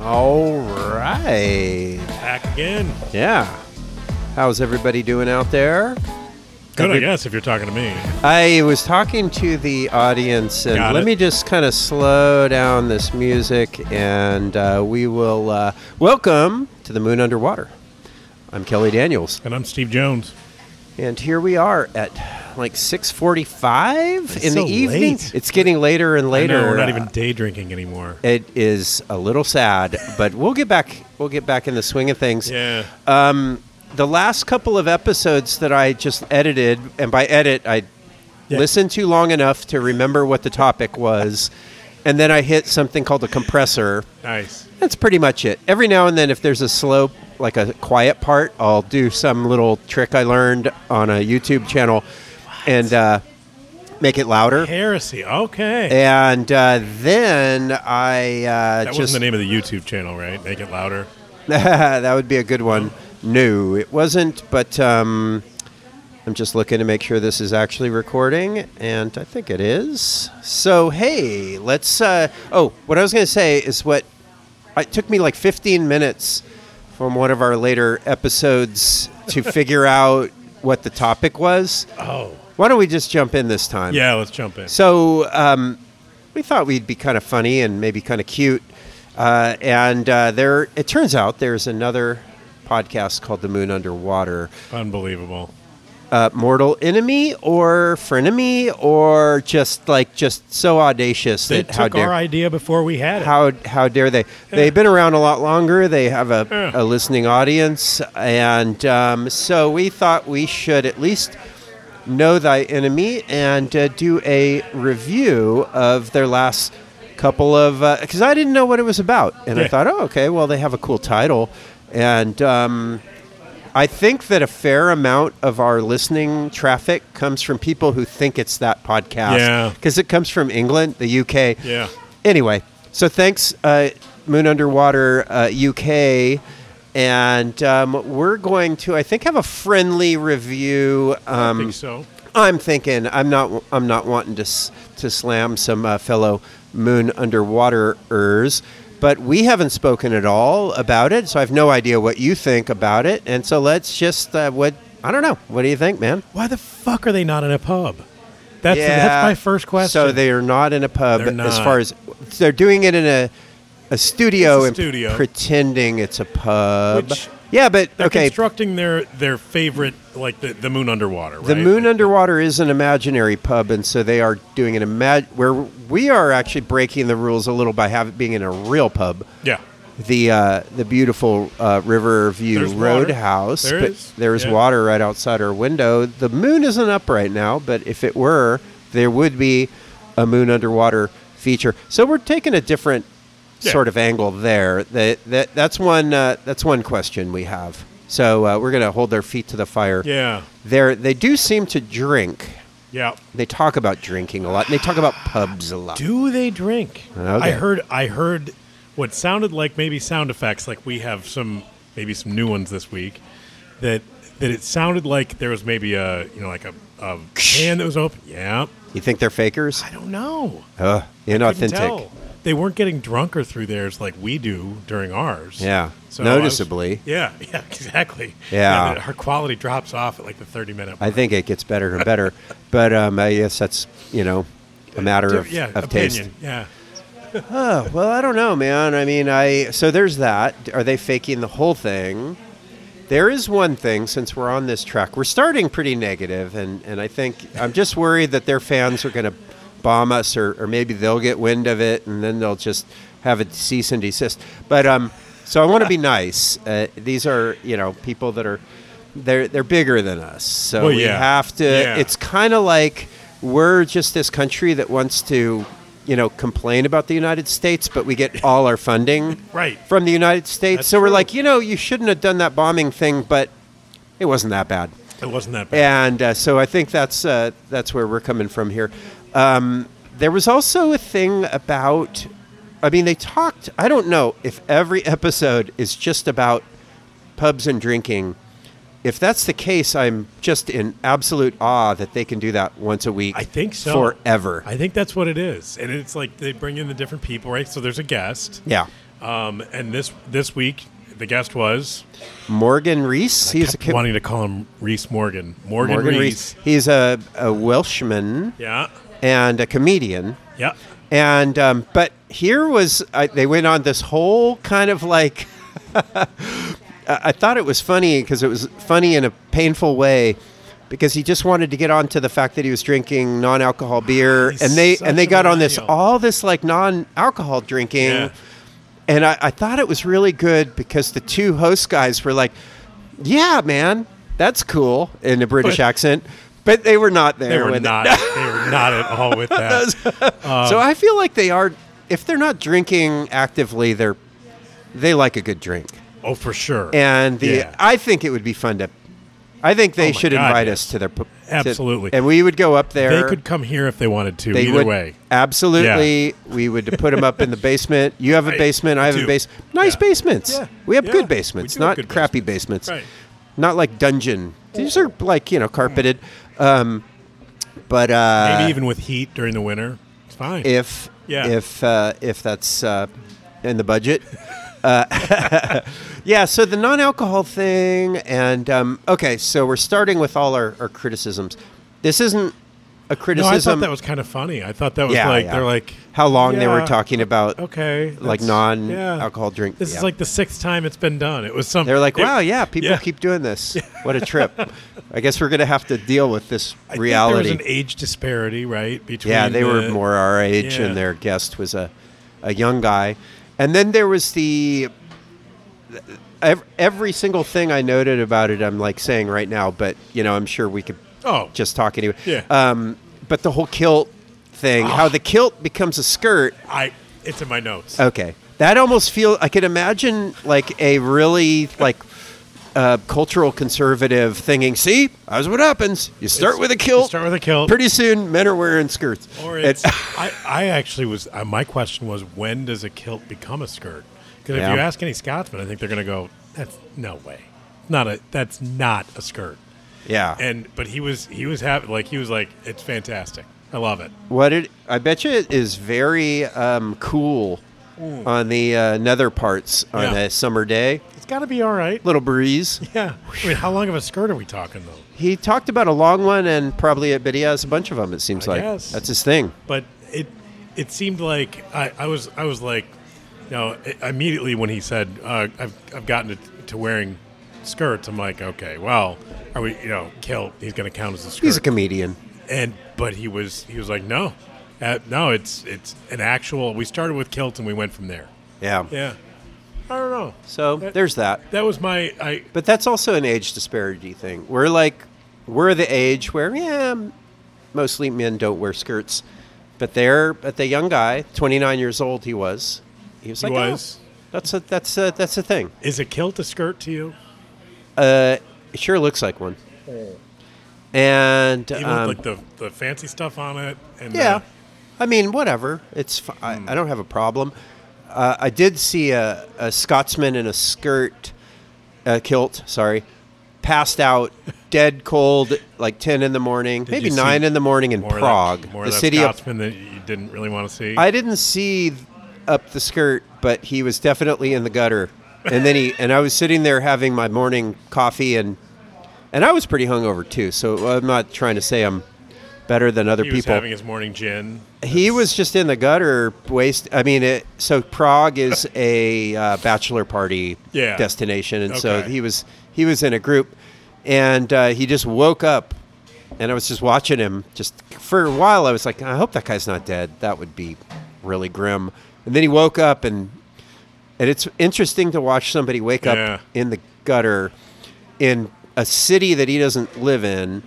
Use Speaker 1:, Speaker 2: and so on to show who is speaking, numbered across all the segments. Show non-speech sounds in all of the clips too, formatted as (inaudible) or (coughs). Speaker 1: All right.
Speaker 2: Back again.
Speaker 1: Yeah. How's everybody doing out there?
Speaker 2: Good, I guess, if you're talking to me.
Speaker 1: I was talking to the audience, and
Speaker 2: Got
Speaker 1: let
Speaker 2: it.
Speaker 1: me just kind of slow down this music, and uh, we will uh, welcome to the Moon Underwater. I'm Kelly Daniels,
Speaker 2: And I'm Steve Jones.
Speaker 1: and here we are at like 6:45 in
Speaker 2: so
Speaker 1: the evening.
Speaker 2: late.
Speaker 1: It's getting later and later.
Speaker 2: I know we're not
Speaker 1: Uh,
Speaker 2: even day drinking anymore.
Speaker 1: It is a little sad, but we'll get back. We'll get back in the swing of things.
Speaker 2: Yeah.
Speaker 1: uh, the last couple of episodes that I just edited, and by edit, I
Speaker 2: Yeah.
Speaker 1: listened to long enough to remember what the topic was, and then I hit something called a compressor.
Speaker 2: nice.
Speaker 1: That's pretty much it. Every now and then, if there's a slow, like a quiet part, I'll do some little trick I learned on a YouTube channel and uh, make it louder.
Speaker 2: Heresy. Okay.
Speaker 1: And uh, then I uh,
Speaker 2: that
Speaker 1: just
Speaker 2: wasn't the name of the YouTube channel, right? Make it louder.
Speaker 1: (laughs) that would be a good one. No, it wasn't, but um, I'm just looking to make sure this is actually recording, and I think it is. So, hey, let's. Uh, oh, what I was going to say is what. It took me like 15 minutes from one of our later episodes to figure out what the topic was.
Speaker 2: Oh.
Speaker 1: Why don't we just jump in this time?
Speaker 2: Yeah, let's jump in.
Speaker 1: So um, we thought we'd be kind of funny and maybe kind of cute. Uh, and uh, there, it turns out there's another podcast called The Moon Underwater.
Speaker 2: Unbelievable.
Speaker 1: Uh, mortal enemy or frenemy or just like just so audacious
Speaker 2: They
Speaker 1: that how
Speaker 2: took
Speaker 1: dare
Speaker 2: our idea before we had it.
Speaker 1: how how dare they? They've been around a lot longer. They have a,
Speaker 2: Yeah.
Speaker 1: a listening audience, and um, so we thought we should at least know thy enemy and uh, do a review of their last couple of because I didn't know what it was about, and I
Speaker 2: Yeah.
Speaker 1: thought, oh, okay, well they have a cool title, and. Um, I think that a fair amount of our listening traffic comes from people who think it's that podcast.
Speaker 2: Yeah.
Speaker 1: Because it comes from England, the UK.
Speaker 2: Yeah.
Speaker 1: Anyway, so thanks, uh, Moon Underwater uh, UK. And um, we're going to, I think, have a friendly review.
Speaker 2: I
Speaker 1: Um,
Speaker 2: think so.
Speaker 1: I'm thinking I'm not I'm not wanting to s- to slam some uh, fellow moon underwaterers, but we haven't spoken at all about it, so I have no idea what you think about it. And so let's just uh, what I don't know. What do you think, man?
Speaker 2: Why the fuck are they not in a pub? That's, that's my first question.
Speaker 1: So they are not in a pub
Speaker 2: They're
Speaker 1: as
Speaker 2: not.
Speaker 1: far as they're doing it in a a studio
Speaker 2: It's a
Speaker 1: and
Speaker 2: studio.
Speaker 1: pretending it's a pub.
Speaker 2: Which-
Speaker 1: yeah, but
Speaker 2: They're
Speaker 1: okay.
Speaker 2: constructing their, their favorite, like the, the moon underwater, right?
Speaker 1: The Moon
Speaker 2: Like,
Speaker 1: Underwater is an imaginary pub, and so they are doing an imag. Where we are actually breaking the rules a little by have, being in a real pub,
Speaker 2: Yeah.
Speaker 1: the uh, the beautiful uh, Riverview
Speaker 2: There's water.
Speaker 1: Roadhouse.
Speaker 2: There
Speaker 1: but
Speaker 2: is.
Speaker 1: There is
Speaker 2: Yeah.
Speaker 1: water right outside our window. The moon isn't up right now, but if it were, there would be a moon underwater feature. So we're taking a different
Speaker 2: Yeah.
Speaker 1: sort of angle there. That, that that's one uh, that's one question we have. So uh, we're going to hold their feet to the fire.
Speaker 2: Yeah.
Speaker 1: They're, they do seem to drink.
Speaker 2: Yeah.
Speaker 1: They talk about drinking a lot. And they talk about pubs a lot.
Speaker 2: Do they drink?
Speaker 1: Okay.
Speaker 2: I heard I heard what sounded like maybe sound effects like we have some maybe some new ones this week that that it sounded like there was maybe a you know like a, a can that was open. Yeah.
Speaker 1: You think they're fakers?
Speaker 2: I don't know.
Speaker 1: Ugh,
Speaker 2: Couldn't
Speaker 1: inauthentic.
Speaker 2: tell. They weren't getting drunker through theirs like we do during ours.
Speaker 1: Yeah.
Speaker 2: I was-
Speaker 1: Noticeably.
Speaker 2: yeah, (laughs) yeah, exactly.
Speaker 1: Yeah.
Speaker 2: the- her quality drops off at like the 30 minute
Speaker 1: I think it gets better and better. but um, I guess that's, you know, a matter of,
Speaker 2: yeah,
Speaker 1: of taste.
Speaker 2: opinion. Yeah.
Speaker 1: Oh, well, I don't know, man. I mean, I. So there's that. Are they faking the whole thing? There is one thing since we're on this track. We're starting pretty negative, and, and I think I'm just worried that their fans are going to bomb us, or, or maybe they'll get wind of it, and then they'll just have a cease and desist. But um, so I want
Speaker 2: (laughs)
Speaker 1: to be nice. Uh, these are you know people that are they're they're bigger than us, so
Speaker 2: Well,
Speaker 1: we
Speaker 2: yeah.
Speaker 1: have to.
Speaker 2: Yeah.
Speaker 1: It's kind of like we're just this country that wants to, you know, complain about the United States, but we get all our funding
Speaker 2: Right.
Speaker 1: from the United States.
Speaker 2: That's
Speaker 1: so we're
Speaker 2: true.
Speaker 1: like, you know, you shouldn't have done that bombing thing, but it wasn't that bad.
Speaker 2: It wasn't that bad.
Speaker 1: And uh, so I think that's uh, that's where we're coming from here. Um, there was also a thing about, I mean, they talked. I don't know if every (laughs) episode is just about pubs and drinking. If that's the case, I'm just in absolute awe that they can do that once a week.
Speaker 2: I think so.
Speaker 1: Forever.
Speaker 2: I think that's what it is. And it's like they bring in the different people, right? So there's a guest.
Speaker 1: yeah.
Speaker 2: Um, and this this week, the guest was
Speaker 1: Morgan Reese. He's a
Speaker 2: kept wanting to call him Reese Morgan. Morgan,
Speaker 1: Morgan
Speaker 2: Reese.
Speaker 1: Reese. He's a, a Welshman
Speaker 2: Yeah.
Speaker 1: and a comedian.
Speaker 2: Yeah.
Speaker 1: And um, but here was I, they went on this whole kind of like (laughs) I I thought it was funny because it was funny in a painful way because he just wanted to get on to the fact that he was drinking non-alcohol beer
Speaker 2: He's
Speaker 1: and they
Speaker 2: such
Speaker 1: and they
Speaker 2: a
Speaker 1: got on this
Speaker 2: millennial.
Speaker 1: all this like non-alcohol drinking
Speaker 2: Yeah.
Speaker 1: and I, I thought it was really good because the two host guys were like yeah man that's cool in a british
Speaker 2: But-
Speaker 1: accent but they were not there
Speaker 2: They were
Speaker 1: with it.
Speaker 2: not.
Speaker 1: (laughs)
Speaker 2: they were not at all with that.
Speaker 1: So
Speaker 2: Um,
Speaker 1: I feel like they are. If they're not drinking actively, they're they like a good drink.
Speaker 2: Oh, for sure.
Speaker 1: And the
Speaker 2: Yeah. Oh
Speaker 1: I think it would be fun to. I think they
Speaker 2: my
Speaker 1: should
Speaker 2: God,
Speaker 1: invite
Speaker 2: yes.
Speaker 1: us to their p- to-
Speaker 2: Absolutely.
Speaker 1: and we would go up there.
Speaker 2: they could come here if they wanted to.
Speaker 1: They
Speaker 2: either
Speaker 1: would-
Speaker 2: way.
Speaker 1: Absolutely, we would put them up in
Speaker 2: (laughs)
Speaker 1: the basement. You have a
Speaker 2: Right.
Speaker 1: basement. I
Speaker 2: I
Speaker 1: have a
Speaker 2: do.
Speaker 1: base. Nice
Speaker 2: Yeah.
Speaker 1: basements.
Speaker 2: Yeah.
Speaker 1: We have
Speaker 2: Yeah.
Speaker 1: good
Speaker 2: We
Speaker 1: basements,
Speaker 2: do have
Speaker 1: not
Speaker 2: good
Speaker 1: crappy
Speaker 2: basements.
Speaker 1: basements.
Speaker 2: Right.
Speaker 1: Not like dungeon. These are like you know carpeted. Um, but uh,
Speaker 2: Maybe even with heat during the winter. It's fine.
Speaker 1: if
Speaker 2: Yeah.
Speaker 1: if uh, if that's uh, in the budget. (laughs) Uh, (laughs) yeah, so the non-alcohol thing, and um, okay, so we're starting with all our, our criticisms. This isn't a
Speaker 2: no, I thought
Speaker 1: criticism.
Speaker 2: that was kind of funny. I thought that was
Speaker 1: um, Yeah,
Speaker 2: like
Speaker 1: yeah.
Speaker 2: they're like
Speaker 1: how long they were
Speaker 2: yeah,
Speaker 1: talking about.
Speaker 2: Okay.
Speaker 1: like
Speaker 2: that's-
Speaker 1: non-alcohol drink.
Speaker 2: This
Speaker 1: yeah.
Speaker 2: is like the sixth time it's been done. It was something.
Speaker 1: they're like, wow, yeah, people
Speaker 2: yeah.
Speaker 1: keep doing
Speaker 2: (laughs)
Speaker 1: this. What a trip! I guess we're gonna have to deal with this
Speaker 2: I
Speaker 1: reality.
Speaker 2: Think there was an age disparity, right? Between
Speaker 1: Yeah, they were
Speaker 2: the-
Speaker 1: more our age,
Speaker 2: yeah.
Speaker 1: and their guest was a, a young guy. And then there was the. ev- Every single thing I noted about it, I'm like saying right now, but you know, I'm sure we could
Speaker 2: Oh, just
Speaker 1: just talk anyway.
Speaker 2: Yeah.
Speaker 1: Um, but the whole kilt thing, how the kilt becomes a skirt.
Speaker 2: I. It's in my notes.
Speaker 1: Okay, that almost feel I could imagine like a really like uh, cultural conservative thinking. See, that's what happens. You start with a
Speaker 2: You
Speaker 1: kilt.
Speaker 2: Start with a kilt.
Speaker 1: Pretty soon, men are wearing skirts.
Speaker 2: Or
Speaker 1: And-
Speaker 2: it's, I, I actually was. Uh, my question was, when does a kilt become a skirt? Because
Speaker 1: Yeah.
Speaker 2: if you ask any Scotsman, I think they're going to go, "That's no way. Not a. That's not a skirt."
Speaker 1: yeah.
Speaker 2: And but he was he was happy. Like he was like, "It's fantastic. I love it."
Speaker 1: What it? I bet you it is very um, cool on the uh, nether parts on
Speaker 2: Mm. Yeah.
Speaker 1: a summer day.
Speaker 2: It's got to be all right.
Speaker 1: Little breeze.
Speaker 2: Yeah. I mean, how long of a skirt are we talking though?
Speaker 1: He talked about a long one and probably, uh, but he has a bunch of them. It seems
Speaker 2: I
Speaker 1: like
Speaker 2: guess.
Speaker 1: that's his thing.
Speaker 2: but it it seemed like I, I was I was like, you know, i- immediately when he said uh, I've I've gotten to, to wearing skirts, I'm like, okay, well, are we you know kill? He's going to count as a skirt.
Speaker 1: He's a comedian.
Speaker 2: and but he was he was like, no, uh, no, it's it's an actual. We started with kilt and we went from there.
Speaker 1: Yeah.
Speaker 2: Yeah, I don't know.
Speaker 1: So
Speaker 2: That-
Speaker 1: there's that.
Speaker 2: That was my I.
Speaker 1: But that's also an age disparity thing. We're like, we're the age where yeah, mostly men don't wear skirts, but they're but the young guy, 29 years old, he was. He was
Speaker 2: He
Speaker 1: like, "Oh,
Speaker 2: was.
Speaker 1: that's a that's a that's a thing.
Speaker 2: Is a kilt a skirt to you?
Speaker 1: Uh, it sure looks like one. And
Speaker 2: Even
Speaker 1: um,
Speaker 2: with like the, the fancy stuff on it and the-
Speaker 1: yeah, I mean, whatever. It's fi- I, I don't have a problem. Uh, I did see a, a Scotsman in a skirt, uh, kilt, sorry, passed out, dead cold, like ten in the morning, maybe
Speaker 2: you see
Speaker 1: nine in the morning in
Speaker 2: more of that-
Speaker 1: Prague,
Speaker 2: more
Speaker 1: the
Speaker 2: of that
Speaker 1: city of
Speaker 2: Scotsman that you didn't really want to see.
Speaker 1: I didn't see th- up the skirt, but he was definitely in the gutter. And then
Speaker 2: (laughs)
Speaker 1: he and I was sitting there having my morning coffee and and I was pretty hungover too. So I'm not trying to say I'm better than other
Speaker 2: he was
Speaker 1: people.
Speaker 2: having his morning gin.
Speaker 1: he was just in the gutter waste. I mean, it, so Prague is a uh, bachelor party
Speaker 2: Yeah.
Speaker 1: destination, and so
Speaker 2: Okay.
Speaker 1: he was he was in a group, and uh, he just woke up, and I was just watching him. Just for a while, I was like, I hope that guy's not dead. That would be really grim. And then he woke up, and and it's interesting to watch somebody wake
Speaker 2: Yeah.
Speaker 1: up in the gutter in a city that he doesn't live in,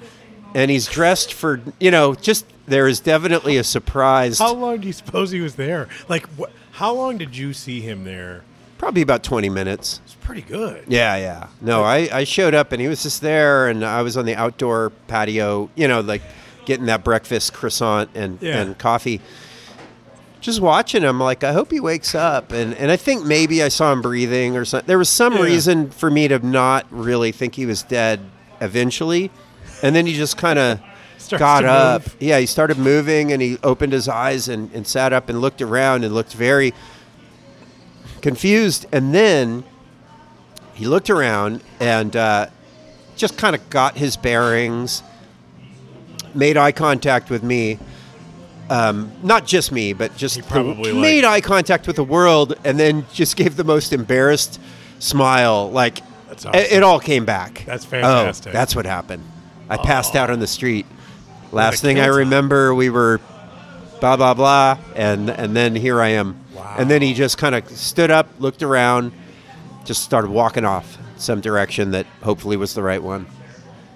Speaker 1: and he's dressed for you know just. There is definitely a surprise.
Speaker 2: How long do you suppose he was there? Like, wh- how long did you see him there?
Speaker 1: Probably about 20 minutes.
Speaker 2: It's pretty good.
Speaker 1: Yeah, yeah. No, I, I showed up and he was just there, and I was on the outdoor patio, you know, like getting that breakfast croissant and,
Speaker 2: Yeah.
Speaker 1: and coffee. Just watching him, like, I hope he wakes up. And, and I think maybe I saw him breathing or something. There was some
Speaker 2: Yeah.
Speaker 1: reason for me to not really think he was dead eventually. And then he just kind of
Speaker 2: Starts
Speaker 1: got
Speaker 2: to
Speaker 1: up.
Speaker 2: move.
Speaker 1: Yeah, he started moving and he opened his eyes and, and sat up and looked around and looked very confused, and then he looked around and uh, just kind of got his bearings, made eye contact with me. Um, not just me, but just
Speaker 2: He
Speaker 1: the-
Speaker 2: probably, like-
Speaker 1: made eye contact with the world, and then just (laughs) gave the most embarrassed smile. Like
Speaker 2: That's
Speaker 1: it-
Speaker 2: awesome.
Speaker 1: it all came back.
Speaker 2: That's fantastic.
Speaker 1: Oh, that's what happened. I passed out on the street. Last
Speaker 2: a
Speaker 1: thing I
Speaker 2: kid's eye.
Speaker 1: remember, we were blah blah blah, and and then here I am.
Speaker 2: Wow.
Speaker 1: And then he just kind of stood up, looked around, just started walking off some direction that hopefully was the right one.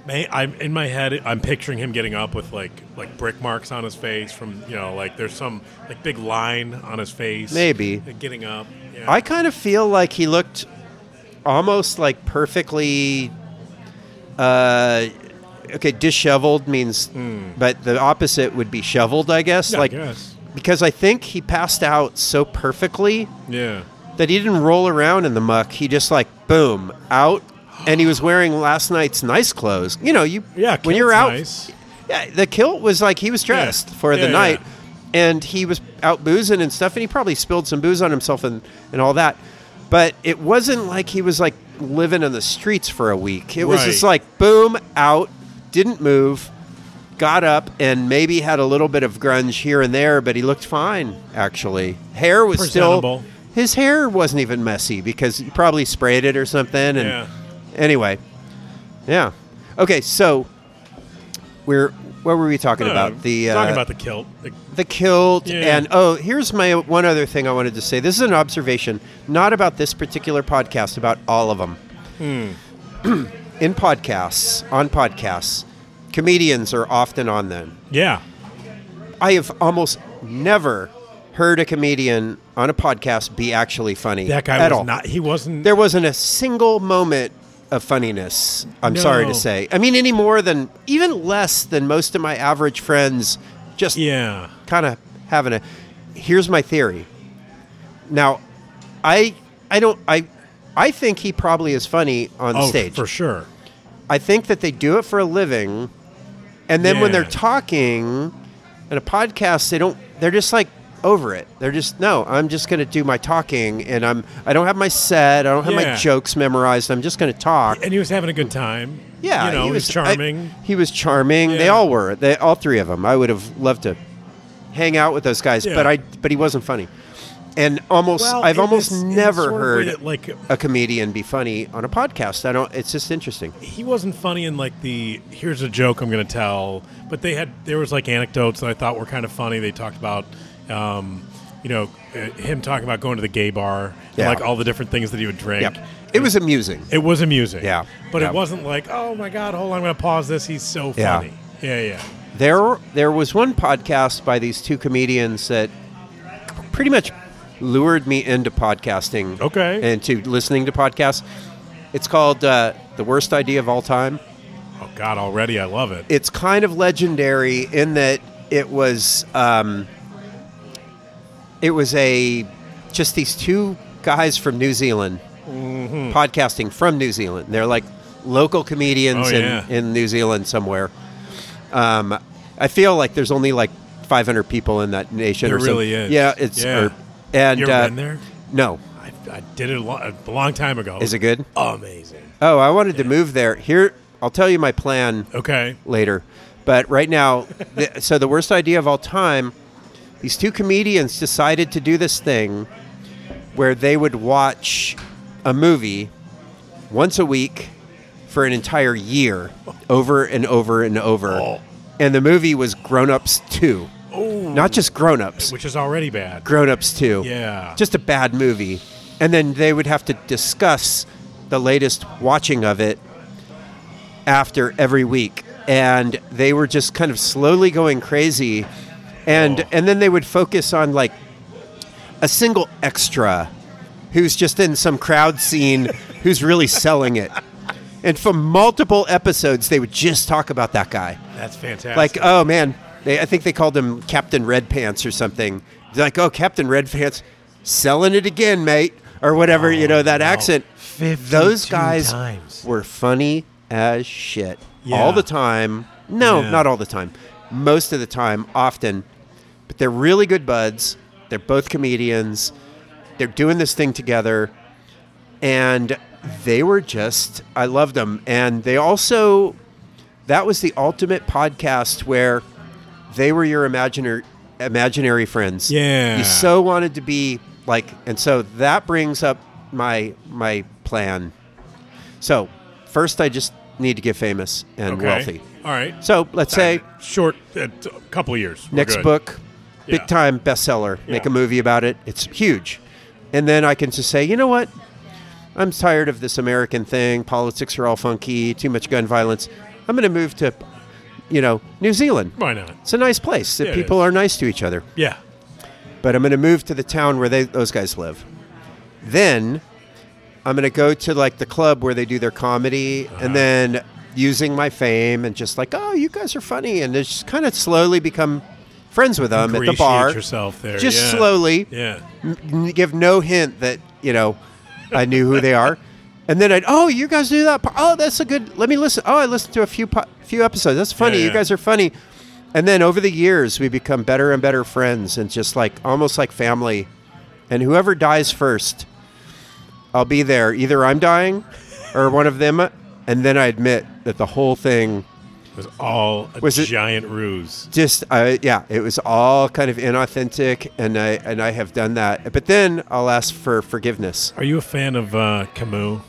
Speaker 2: Man, I'm in my head. I'm picturing him getting up with like like brick marks on his face from you know like there's some like big line on his face.
Speaker 1: Maybe.
Speaker 2: And getting up. Yeah.
Speaker 1: I kind of feel like he looked almost like perfectly. Uh, okay, disheveled means, but the opposite would be shoveled, I guess.
Speaker 2: Hmm. Yeah, I
Speaker 1: like
Speaker 2: guess.
Speaker 1: because I think he passed out so perfectly
Speaker 2: yeah.
Speaker 1: that he didn't roll around in the muck. He just like boom out, and he was wearing last night's nice clothes. You know, you
Speaker 2: Yeah,
Speaker 1: when you're
Speaker 2: kilt's
Speaker 1: out,
Speaker 2: nice.
Speaker 1: yeah, the kilt was like he was dressed for
Speaker 2: Yeah,
Speaker 1: the
Speaker 2: yeah.
Speaker 1: night, and he was out boozing and stuff, and he probably spilled some booze on himself and and all that, but it wasn't like he was like living in the streets for a week. It was
Speaker 2: Right.
Speaker 1: just like boom out, didn't move. Got up and maybe had a little bit of grunge here and there, but he looked fine actually. Hair was still
Speaker 2: Presentable.
Speaker 1: his hair wasn't even messy because he probably sprayed it or something. And
Speaker 2: Yeah.
Speaker 1: anyway, yeah. Okay, so we're what were we talking about? The uh,
Speaker 2: talking about the kilt. Like,
Speaker 1: the kilt
Speaker 2: Yeah.
Speaker 1: and oh, here's my one other thing I wanted to say. This is an observation, not about this particular podcast, about all of them.
Speaker 2: Hmm.
Speaker 1: (clears throat) In podcasts, on podcasts, comedians are often on them.
Speaker 2: yeah.
Speaker 1: I have almost never heard a comedian on a podcast be actually funny.
Speaker 2: That guy
Speaker 1: at
Speaker 2: was
Speaker 1: all.
Speaker 2: not. He wasn't.
Speaker 1: There wasn't a single moment of funniness. I'm sorry to
Speaker 2: No.
Speaker 1: say. I mean, any more than even less than most of my average friends. Just
Speaker 2: yeah.
Speaker 1: kind of having a. Here's my theory. Now, I I don't I I think he probably is funny on
Speaker 2: Oh,
Speaker 1: stage.
Speaker 2: for sure.
Speaker 1: I think that they do it for a living, and then when
Speaker 2: Yeah.
Speaker 1: they're talking in a podcast, they don't. They're just like over it. They're just no. I'm just going to do my talking, and I'm. I don't have my set. I don't have
Speaker 2: Yeah.
Speaker 1: my jokes memorized. I'm just going to talk.
Speaker 2: And he was having a good time.
Speaker 1: Yeah,
Speaker 2: You know, he was,
Speaker 1: I-
Speaker 2: charming.
Speaker 1: he was charming. They
Speaker 2: Yeah.
Speaker 1: all were. They all three of them. I would have loved to hang out with those guys, but
Speaker 2: Yeah.
Speaker 1: I. But he wasn't funny, and almost.
Speaker 2: Well,
Speaker 1: I've
Speaker 2: in
Speaker 1: almost
Speaker 2: this- in this
Speaker 1: never
Speaker 2: sort of way
Speaker 1: heard
Speaker 2: that, like
Speaker 1: a comedian be funny on a podcast. I don't. It's just interesting.
Speaker 2: he wasn't funny in like the here's a joke I'm going to tell, but they had there was like anecdotes that I thought were kind of funny. They talked about, um, you know, uh, him talking about going to the gay bar,
Speaker 1: Yeah.
Speaker 2: and, like all the different things that he would drink.
Speaker 1: Yep. It was amusing.
Speaker 2: It was amusing.
Speaker 1: Yeah.
Speaker 2: but
Speaker 1: Yeah.
Speaker 2: it wasn't like oh my god, hold on, I'm going to pause this. He's so
Speaker 1: Yeah.
Speaker 2: funny. Yeah, yeah,
Speaker 1: There, there was one podcast by these two comedians that pretty much lured me into podcasting.
Speaker 2: Okay.
Speaker 1: And to listening to podcasts. It's called uh, The Worst Idea of All Time.
Speaker 2: Oh god, already I love it.
Speaker 1: It's kind of legendary in that it was, um, it was a just these two guys from New Zealand
Speaker 2: Mm-hmm.
Speaker 1: podcasting from New Zealand. They're like local comedians
Speaker 2: Oh, yeah.
Speaker 1: in, in New Zealand somewhere. Um, I feel like there's only like 500 people in that nation.
Speaker 2: There
Speaker 1: or something.
Speaker 2: really is.
Speaker 1: Yeah, it's
Speaker 2: Yeah.
Speaker 1: or- and
Speaker 2: you ever
Speaker 1: uh,
Speaker 2: been there?
Speaker 1: No,
Speaker 2: I, I did it a, lo- a long time ago.
Speaker 1: is it good?
Speaker 2: amazing?
Speaker 1: Oh, I wanted to move there. Here, I'll tell you my plan
Speaker 2: Okay,
Speaker 1: later. But right now, the, so the worst idea of all time, these two comedians decided to do this thing where they would watch a movie once a week for an entire year, over and over and over.
Speaker 2: Oh.
Speaker 1: And the movie was Grown Ups 2. Not just Grown Ups,
Speaker 2: which is already bad.
Speaker 1: Grown Ups 2.
Speaker 2: Yeah.
Speaker 1: Just a bad movie. And then they would have to discuss the latest watching of it after every week. And they were just kind of slowly going crazy. And
Speaker 2: Oh.
Speaker 1: and then they would focus on like a single extra who's just in some crowd scene who's really selling it. And for multiple episodes they would just talk about that guy
Speaker 2: That's fantastic.
Speaker 1: like oh man they, i think they called him captain red pants or something They're like oh captain red pants selling it again mate or whatever you
Speaker 2: Oh,
Speaker 1: know that accent those
Speaker 2: 52
Speaker 1: guys
Speaker 2: times.
Speaker 1: were funny as shit
Speaker 2: Yeah.
Speaker 1: all the time no
Speaker 2: Yeah.
Speaker 1: not all the time most of the time often but they're really good buds they're both comedians They're doing this thing together, and they were just I loved them, and they also that was the ultimate podcast where they were your imaginary imaginary friends.
Speaker 2: Yeah.
Speaker 1: you so wanted to be like, and so that brings up my my plan. So first, I just need to get famous and
Speaker 2: Okay.
Speaker 1: wealthy.
Speaker 2: All right.
Speaker 1: So let's say
Speaker 2: Short, a t- couple of years. We're
Speaker 1: next
Speaker 2: good.
Speaker 1: book, big
Speaker 2: Yeah.
Speaker 1: time bestseller. Make
Speaker 2: Yeah.
Speaker 1: a movie about it. It's huge, and then I can just say, you know what? I'm tired of this American thing. Politics are all funky. Too much gun violence. I'm going to move to, you know, New Zealand.
Speaker 2: Why not?
Speaker 1: It's a nice place. That
Speaker 2: Yeah, it
Speaker 1: people
Speaker 2: is.
Speaker 1: are nice to each other.
Speaker 2: Yeah.
Speaker 1: But I'm going to move to the town where they those guys live. Then I'm going to go to like the club where they do their comedy, and then using my fame and just like, oh, you guys are funny, and just kind of slowly become friends with them at the
Speaker 2: Ingratiate
Speaker 1: bar.
Speaker 2: yourself there.
Speaker 1: Just
Speaker 2: yeah.
Speaker 1: slowly,
Speaker 2: Yeah.
Speaker 1: N- n- give no hint that you know I knew who they are. And then I'd oh you guys do that po- oh that's a good let me listen oh I listened to a few po- few episodes that's funny
Speaker 2: Yeah,
Speaker 1: you
Speaker 2: yeah.
Speaker 1: guys are funny, and then over the years we become better and better friends and just like almost like family, and whoever dies first, I'll be there either I'm dying, or one of them, and then I admit that the whole thing
Speaker 2: It was all a
Speaker 1: Was it-
Speaker 2: giant ruse.
Speaker 1: just I yeah it was all kind of inauthentic and I and I have done that but then I'll ask for forgiveness
Speaker 2: Are you a fan of uh, Camus?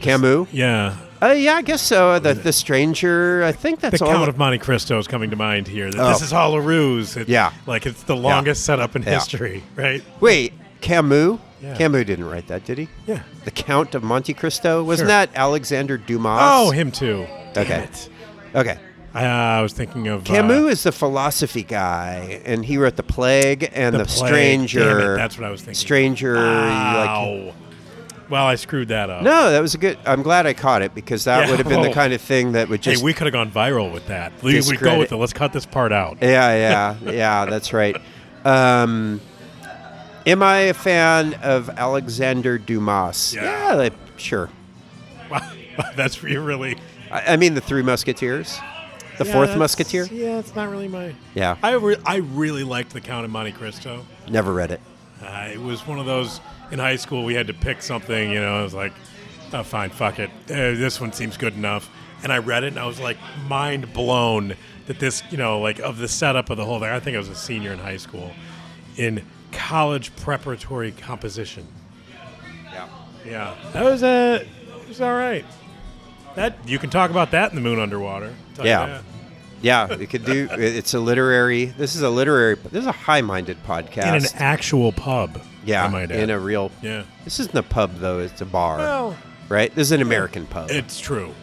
Speaker 1: Camus.
Speaker 2: Yeah.
Speaker 1: Uh, yeah, I guess so. The the stranger. I think
Speaker 2: The
Speaker 1: that's all.
Speaker 2: Count of Monte Cristo is coming to mind here. That This
Speaker 1: Oh.
Speaker 2: is all a ruse. It-
Speaker 1: Yeah.
Speaker 2: Like it's the longest setup in
Speaker 1: Yeah.
Speaker 2: history, right?
Speaker 1: Wait, Camus.
Speaker 2: Yeah.
Speaker 1: Camus didn't write that, did he?
Speaker 2: Yeah.
Speaker 1: The Count of Monte Cristo wasn't
Speaker 2: Sure.
Speaker 1: that Alexander Dumas?
Speaker 2: Oh, him too. Damn
Speaker 1: Okay.
Speaker 2: it.
Speaker 1: okay.
Speaker 2: I, I was thinking of
Speaker 1: Camus
Speaker 2: uh,
Speaker 1: is the philosophy guy, and he wrote the Plague and the,
Speaker 2: The Plague.
Speaker 1: Stranger.
Speaker 2: Damn it, that's what I was thinking.
Speaker 1: Stranger. you Like,
Speaker 2: Ow. Well, I screwed that up.
Speaker 1: no, that was a good. I'm glad I caught it because that
Speaker 2: Yeah,
Speaker 1: would have been the
Speaker 2: whoa.
Speaker 1: kind of thing that would
Speaker 2: Hey,
Speaker 1: just
Speaker 2: we could have gone viral with that. We, we go
Speaker 1: Discredit-
Speaker 2: with it. Let's cut this part out.
Speaker 1: Yeah, yeah, yeah. That's right. Um, am I a fan of Alexander Dumas?
Speaker 2: Yeah.
Speaker 1: like, sure.
Speaker 2: Wow, (laughs) that's you really.
Speaker 1: I, I mean, the Three Musketeers, the Fourth Musketeer.
Speaker 2: Yeah, it's not really my.
Speaker 1: Yeah,
Speaker 2: I re- I really liked the Count of Monte Cristo.
Speaker 1: never read it.
Speaker 2: Uh, it was one of those in high school we had to pick something. You know, I was like, oh, fine, fuck it. Uh, this one seems good enough. And I read it and I was like mind blown that this, you know, like of the setup of the whole thing. I think I was a senior in high school in college preparatory composition.
Speaker 1: Yeah.
Speaker 2: Yeah, that was uh, it was all right. That you can talk about that in the moon underwater. Tell you
Speaker 1: Yeah.
Speaker 2: that.
Speaker 1: Yeah, we could do. it- It's a literary. This is a literary. This is a high-minded podcast.
Speaker 2: in an actual pub.
Speaker 1: yeah,
Speaker 2: I might add.
Speaker 1: in a real.
Speaker 2: yeah.
Speaker 1: This isn't a pub though. It's a bar,
Speaker 2: Well,
Speaker 1: right? This is an American pub.
Speaker 2: it's true,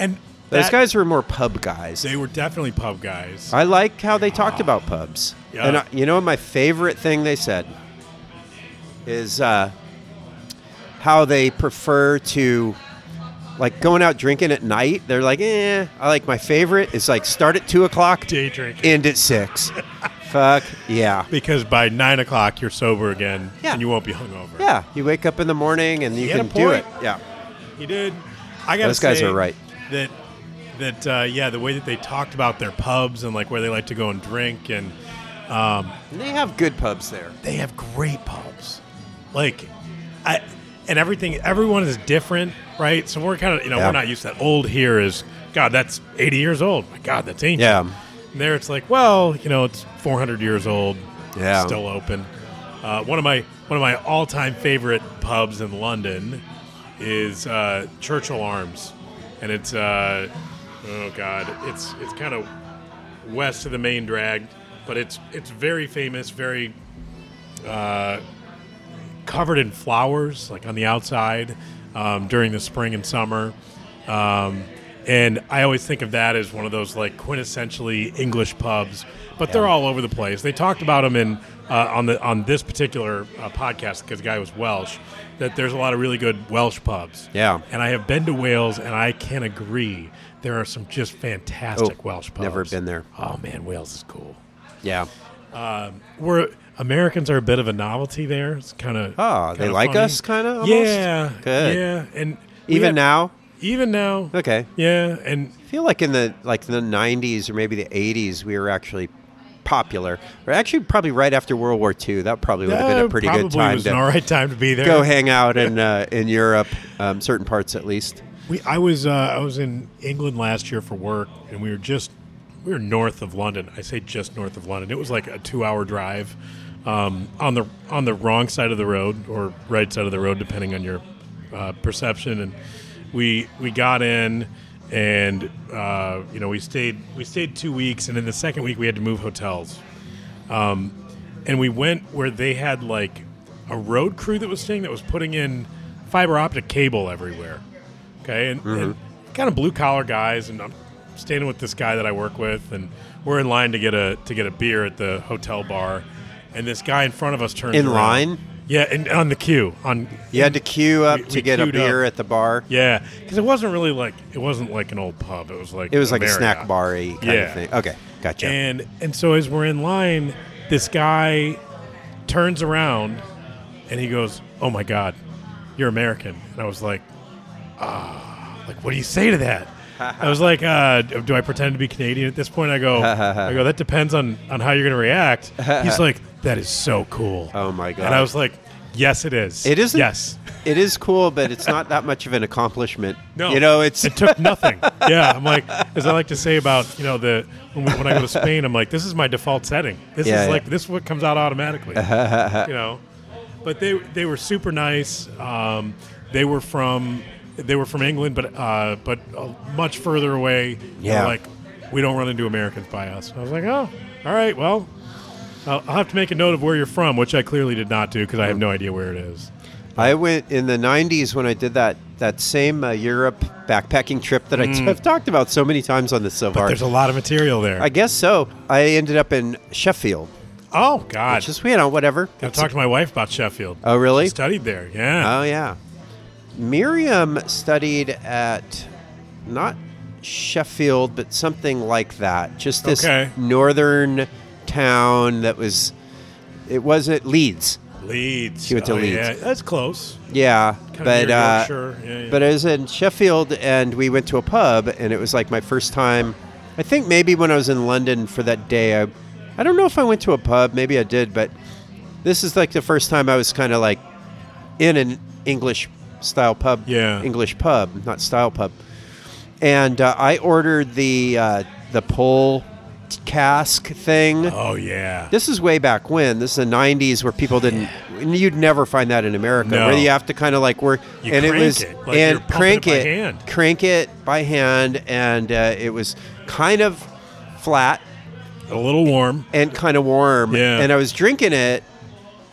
Speaker 2: and
Speaker 1: Those
Speaker 2: that-
Speaker 1: guys were more pub guys.
Speaker 2: they were definitely pub guys.
Speaker 1: I like how they talked about pubs.
Speaker 2: Yeah.
Speaker 1: And I, you know, my favorite thing they said is uh, how they prefer to, like, going out drinking at night. They're like, eh, I like my favorite is like start at two o'clock,
Speaker 2: Day drinking
Speaker 1: end at
Speaker 2: (laughs)
Speaker 1: six. Fuck yeah.
Speaker 2: because by nine o'clock you're sober again,
Speaker 1: Yeah.
Speaker 2: and you won't be hungover.
Speaker 1: Yeah. You wake up in the morning and you
Speaker 2: had
Speaker 1: can
Speaker 2: a
Speaker 1: do it.
Speaker 2: point.
Speaker 1: Yeah.
Speaker 2: He did. I gotta
Speaker 1: Those guys
Speaker 2: say
Speaker 1: are right.
Speaker 2: That that uh, yeah, the way that they talked about their pubs and like where they like to go and drink and
Speaker 1: And they have good pubs there.
Speaker 2: they have great pubs. Like, I and everything. Everyone is different, right? So we're kind of you know
Speaker 1: Yeah.
Speaker 2: we're not used to that. Old here is God. That's eighty years old. My God, that's ancient.
Speaker 1: Yeah.
Speaker 2: And there it's like, well, you know, it's four hundred years old.
Speaker 1: Yeah.
Speaker 2: Still open. Uh, one of my one of my all time favorite pubs in London is uh, Churchill Arms, and it's uh, oh God, it's it's kind of west of the main drag, but it's it's very famous, very covered in flowers, like on the outside um, during the spring and summer. Um, and I always think of that as one of those like quintessentially English pubs, but they're all over the place. They talked about them in uh, on the on this particular uh, podcast because the guy was Welsh. That there's a lot of really good Welsh pubs.
Speaker 1: Yeah.
Speaker 2: and I have been to Wales, and I can agree there are some just fantastic
Speaker 1: Oh,
Speaker 2: Welsh pubs.
Speaker 1: never been there.
Speaker 2: Oh man, Wales is cool.
Speaker 1: Yeah.
Speaker 2: We're Americans are a bit of a novelty there. It's kind of
Speaker 1: Oh, they like us kind of?
Speaker 2: yeah,
Speaker 1: Good.
Speaker 2: yeah, and we
Speaker 1: Even
Speaker 2: had-
Speaker 1: now?
Speaker 2: even now,
Speaker 1: Okay.
Speaker 2: yeah, and
Speaker 1: I feel like in the like the 90s or maybe the 80s we were actually popular. Or actually, probably right after World War II, that probably would have been a pretty
Speaker 2: uh, probably
Speaker 1: good time
Speaker 2: was
Speaker 1: to
Speaker 2: an all right time to be there.
Speaker 1: go hang out in uh, in Europe, um, certain parts at least.
Speaker 2: We, I was uh, I was in England last year for work, and we were just we were north of London. I say just north of London. It was like a two-hour drive um, on the on the wrong side of the road or right side of the road, depending on your uh, perception. And we we got in, and uh, you know we stayed we stayed two weeks, and in the second week we had to move hotels and we went where they had like a road crew that was staying that was putting in fiber optic cable everywhere. Okay, and, and
Speaker 1: Mm-hmm.
Speaker 2: kind of blue collar guys, and I'm standing with this guy that I work with, and we're in line to get a to get a beer at the hotel bar, and this guy in front of us turns
Speaker 1: In
Speaker 2: around.
Speaker 1: line?
Speaker 2: Yeah, and on the queue on
Speaker 1: You had to queue up
Speaker 2: We-
Speaker 1: to
Speaker 2: we
Speaker 1: get a
Speaker 2: queued up.
Speaker 1: beer at the bar.
Speaker 2: yeah because it wasn't really like it wasn't like an old pub. It was like
Speaker 1: It was like a
Speaker 2: Marriott.
Speaker 1: snack bar kind
Speaker 2: Yeah.
Speaker 1: of thing. Okay, gotcha.
Speaker 2: And and so as we're in line, this guy turns around and he goes, "Oh my God, you're American." And I was like, "Ah, like what do you say to that?" I was like, uh, "Do I pretend to be Canadian at this point?"
Speaker 1: (laughs)
Speaker 2: I go, "I go. That depends on on how you're going to react." He's like, "That is so cool."
Speaker 1: Oh my God.
Speaker 2: And I was like, "Yes, it is.
Speaker 1: it isn't.
Speaker 2: Yes."
Speaker 1: it is cool, but it's not that much of an accomplishment.
Speaker 2: (laughs) No,
Speaker 1: you know, it's
Speaker 2: it took nothing. yeah, I'm like, as I like to say about you know the when, we, when I go to Spain, I'm like, this is my default setting. This
Speaker 1: Yeah,
Speaker 2: is
Speaker 1: yeah.
Speaker 2: like this is what comes
Speaker 1: (laughs)
Speaker 2: out automatically. you know, but they they were super nice. Um, they were from they were from England, but uh, but uh, much further away. They were
Speaker 1: Yeah.
Speaker 2: like we don't run into Americans by us. I was like, oh, all right, well. I'll I'll have to make a note of where you're from, which I clearly did not do because I have
Speaker 1: Mm.
Speaker 2: no idea where it is.
Speaker 1: I went in the '90s when I did that that same uh, Europe backpacking trip that i
Speaker 2: Mm.
Speaker 1: t- I've talked about so many times on the
Speaker 2: There's
Speaker 1: Silvar.
Speaker 2: a lot of material there.
Speaker 1: I guess so. I ended up in Sheffield,
Speaker 2: oh God!
Speaker 1: which is you know whatever.
Speaker 2: I
Speaker 1: It's-
Speaker 2: talked to my wife about Sheffield.
Speaker 1: Oh, really?
Speaker 2: She studied there. Yeah.
Speaker 1: oh yeah. Miriam studied at not Sheffield, but something like that. Just this
Speaker 2: Okay.
Speaker 1: northern town that was. It wasn't Leeds.
Speaker 2: Leeds.
Speaker 1: She went to
Speaker 2: Oh,
Speaker 1: Leeds.
Speaker 2: Yeah, that's close.
Speaker 1: Yeah,
Speaker 2: Kinda
Speaker 1: but
Speaker 2: near
Speaker 1: uh,
Speaker 2: Yorkshire. Yeah, yeah.
Speaker 1: but I was in Sheffield, and we went to a pub, and it was like my first time. I think maybe when I was in London for that day, I, I don't know if I went to a pub. Maybe I did, but this is like the first time I was kind of like in an English style pub.
Speaker 2: Yeah.
Speaker 1: English pub, not style pub. And uh, I ordered the uh, the pole t- cask thing.
Speaker 2: Oh yeah.
Speaker 1: This is way back when. This is the '90s, where people didn't. You'd never find that in America,
Speaker 2: No.
Speaker 1: where you have to kind of like work.
Speaker 2: You
Speaker 1: and
Speaker 2: crank
Speaker 1: it was
Speaker 2: it, like you're
Speaker 1: and
Speaker 2: pumping
Speaker 1: crank
Speaker 2: it by
Speaker 1: it,
Speaker 2: hand.
Speaker 1: crank it by hand, and uh, it was kind of flat
Speaker 2: a little warm.
Speaker 1: and kind of warm.
Speaker 2: Yeah.
Speaker 1: And I was drinking it,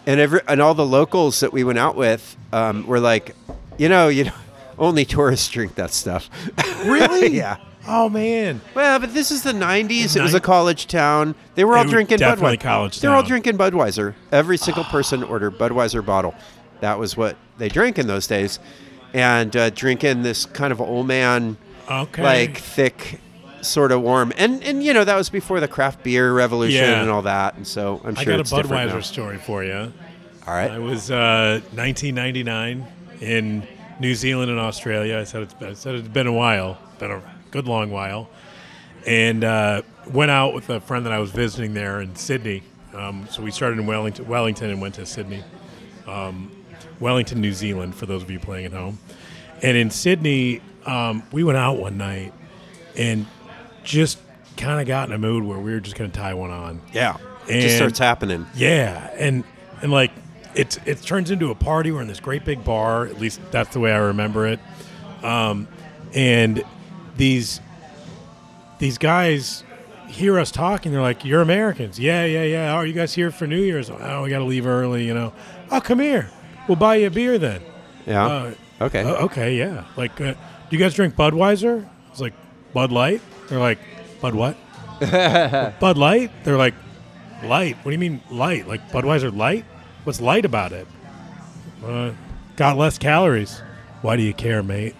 Speaker 1: and every and all the locals that we went out with um, were like, you know, you know, only tourists drink that stuff. (laughs)
Speaker 2: Really?
Speaker 1: (laughs) yeah.
Speaker 2: Oh man.
Speaker 1: Well, but this is the '90s. It was
Speaker 2: Nin-
Speaker 1: a college town. They were all
Speaker 2: was
Speaker 1: drinking
Speaker 2: definitely
Speaker 1: Budweiser.
Speaker 2: college
Speaker 1: They're all
Speaker 2: town. Ah.
Speaker 1: drinking Budweiser. Every single person ordered Budweiser bottle. That was what they drank in those days, and uh, drinking this kind of old man,
Speaker 2: Okay.
Speaker 1: like thick, sort of warm. And and you know that was before the craft beer revolution
Speaker 2: Yeah.
Speaker 1: and all that. And so I'm
Speaker 2: I
Speaker 1: sure
Speaker 2: got a
Speaker 1: it's different now.
Speaker 2: Budweiser story for you.
Speaker 1: All
Speaker 2: I
Speaker 1: right.
Speaker 2: was uh, 1999 in New Zealand and Australia. I said it's I said it's been a while, been a good long while, and uh, went out with a friend that I was visiting there in Sydney. Um, so we started in Wellington, Wellington and went to Sydney, um, Wellington, New Zealand, for those of you playing at home. And in Sydney, um, we went out one night and just kind of got in a mood where we were just going to tie one on.
Speaker 1: Yeah. It
Speaker 2: And-
Speaker 1: just starts happening.
Speaker 2: Yeah, and and like it's it turns into a party. We're in this great big bar. At least that's the way I remember it. Um, and these these guys hear us talking. They're like, "You're Americans? Yeah, yeah, yeah. Oh, are you guys here for New Year's? Oh, we got to leave early. You know? Oh, come here. We'll buy you a beer then.
Speaker 1: Yeah.
Speaker 2: Uh,
Speaker 1: okay.
Speaker 2: "Oh, okay, yeah. Like, uh, do you guys drink Budweiser? It's like Bud Light. They're like, Bud what?
Speaker 1: (laughs)
Speaker 2: Bud Light. They're like, light. What do you mean light? Like Budweiser light? What's light about it? Uh, got less calories. Why do you care, mate?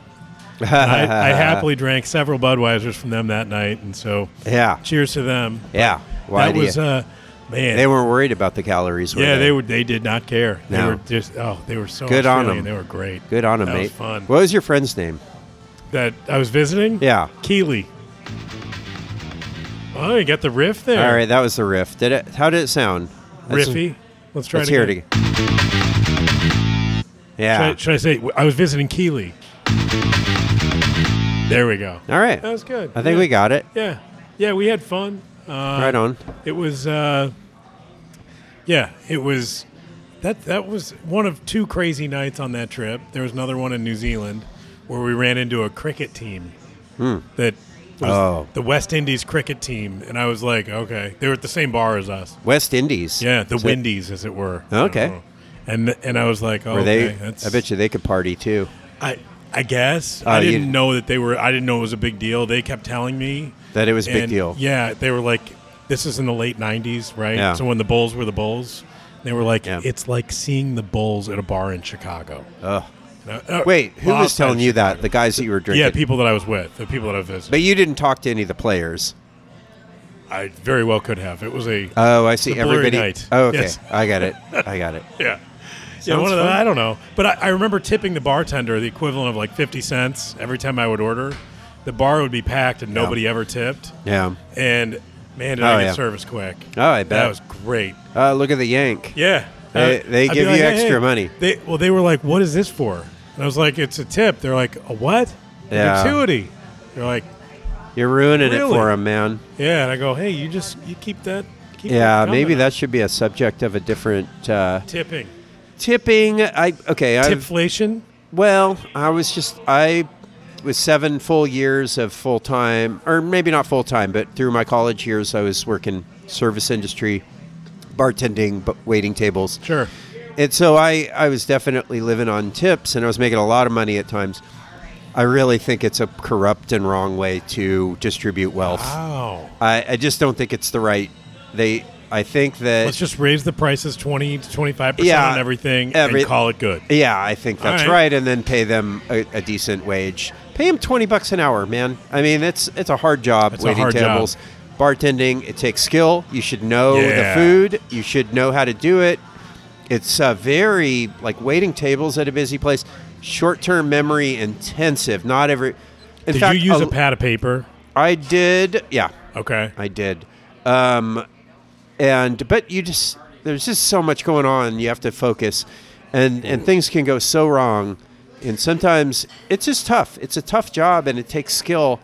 Speaker 1: (laughs)
Speaker 2: And I, I happily drank several Budweisers from them that night, and so
Speaker 1: yeah.
Speaker 2: cheers to them.
Speaker 1: Yeah. Why
Speaker 2: that
Speaker 1: do
Speaker 2: was
Speaker 1: you?
Speaker 2: uh, man.
Speaker 1: they weren't worried about the calories. Were
Speaker 2: yeah,
Speaker 1: they?
Speaker 2: they were. They did not care. They
Speaker 1: No.
Speaker 2: were just oh, they were so
Speaker 1: Good on 'em.
Speaker 2: Australian. They were great.
Speaker 1: Good on him,
Speaker 2: That
Speaker 1: mate.
Speaker 2: was fun.
Speaker 1: What was your friend's name?
Speaker 2: that I was visiting?
Speaker 1: Yeah.
Speaker 2: Keeley. Oh, you got the riff there.
Speaker 1: All right, that was the riff. Did it? How did it sound? That's-
Speaker 2: riffy. Let's try
Speaker 1: Let's
Speaker 2: it
Speaker 1: hear
Speaker 2: again.
Speaker 1: it again. Yeah.
Speaker 2: Should, I, should I say I was visiting Keeley? There we go.
Speaker 1: All right.
Speaker 2: That was good.
Speaker 1: I think
Speaker 2: Yeah.
Speaker 1: we got it.
Speaker 2: Yeah, yeah, we had fun. Uh,
Speaker 1: right on.
Speaker 2: It was, uh, yeah, it was. That that was one of two crazy nights on that trip. There was another one in New Zealand where we ran into a cricket team that was
Speaker 1: Hmm. Oh.
Speaker 2: the West Indies cricket team, and I was like, okay, they were at the same bar as us.
Speaker 1: West Indies.
Speaker 2: Yeah, the
Speaker 1: So-
Speaker 2: Windies, as it were.
Speaker 1: Okay.
Speaker 2: And and I was like, oh,
Speaker 1: Were they?
Speaker 2: okay, that's,
Speaker 1: I bet you they could party too.
Speaker 2: I I guess
Speaker 1: Oh,
Speaker 2: I
Speaker 1: you-
Speaker 2: didn't know that they were. I didn't know it was a big deal. They kept telling me
Speaker 1: That it was a big
Speaker 2: and,
Speaker 1: deal.
Speaker 2: Yeah, they were like, "This is in the late '90s, right?"
Speaker 1: Yeah.
Speaker 2: So when the Bulls were the Bulls, they were like,
Speaker 1: Yeah.
Speaker 2: "It's like seeing the Bulls at a bar in Chicago."
Speaker 1: Ugh.
Speaker 2: And I- uh,
Speaker 1: Wait, who
Speaker 2: well,
Speaker 1: was telling
Speaker 2: outside
Speaker 1: you that?
Speaker 2: Chicago.
Speaker 1: The guys that you were drinking.
Speaker 2: Yeah, people that I was with, the people that I visited.
Speaker 1: But you didn't talk to any of the players.
Speaker 2: I very well could have. It was a
Speaker 1: Oh, I see.
Speaker 2: The blurry
Speaker 1: Everybody.
Speaker 2: night.
Speaker 1: Oh, okay.
Speaker 2: Yes.
Speaker 1: I got it. I
Speaker 2: (laughs)
Speaker 1: got it.
Speaker 2: yeah. Yeah, one of the,
Speaker 1: fun.
Speaker 2: I don't know, but I, I remember tipping the bartender the equivalent of like fifty cents every time I would order. The bar would be packed, and nobody ever tipped.
Speaker 1: Yeah.
Speaker 2: And man, did
Speaker 1: Oh,
Speaker 2: I get
Speaker 1: yeah.
Speaker 2: service quick.
Speaker 1: Oh, I bet.
Speaker 2: That was great.
Speaker 1: Uh, look at the Yank.
Speaker 2: Yeah.
Speaker 1: They-
Speaker 2: Uh,
Speaker 1: they
Speaker 2: I'd be
Speaker 1: give you
Speaker 2: "Hey,
Speaker 1: extra
Speaker 2: hey."
Speaker 1: money.
Speaker 2: They well, they were like, "What is this for?" And I was like, "It's a tip." They're like, "A what?" "A
Speaker 1: Yeah.
Speaker 2: Gratuity. They're like,
Speaker 1: You're ruining it
Speaker 2: Really?
Speaker 1: for him, man.
Speaker 2: "Yeah." And I go, "Hey, you just you keep that." Keep
Speaker 1: Yeah,
Speaker 2: that
Speaker 1: maybe
Speaker 2: coming."
Speaker 1: that should be a subject of a different uh,
Speaker 2: tipping
Speaker 1: tipping. I okay. I've,
Speaker 2: tipflation.
Speaker 1: Well, I was just I was seven full years of full time, or maybe not full time, but through my college years, I was working service industry, bartending, but waiting tables,
Speaker 2: Sure.
Speaker 1: and so I I was definitely living on tips, and I was making a lot of money at times. I really think it's a corrupt and wrong way to distribute wealth.
Speaker 2: Ah. Wow.
Speaker 1: I, I just don't think it's the right. They I think that
Speaker 2: Let's just raise the prices twenty to twenty five percent
Speaker 1: Yeah,
Speaker 2: on everything
Speaker 1: every-
Speaker 2: and call it good.
Speaker 1: Yeah, I think that's
Speaker 2: All
Speaker 1: right.
Speaker 2: right.
Speaker 1: and then pay them a, a decent wage. Pay them twenty bucks an hour, man. I mean, it's it's a hard job
Speaker 2: It's a
Speaker 1: waiting
Speaker 2: hard job.
Speaker 1: tables, bartending. It takes skill. You should know
Speaker 2: Yeah.
Speaker 1: the food. You should know how to do it. It's uh, very like waiting tables at a busy place. Short term memory intensive. Not every. In
Speaker 2: Did
Speaker 1: fact,
Speaker 2: you use
Speaker 1: a-
Speaker 2: a pad of paper?
Speaker 1: I did. Yeah,
Speaker 2: Okay.
Speaker 1: I did. Um, and but you just there's just so much going on. You have to focus, and and things can go so wrong. And sometimes it's just tough. It's a tough job, and it takes skill.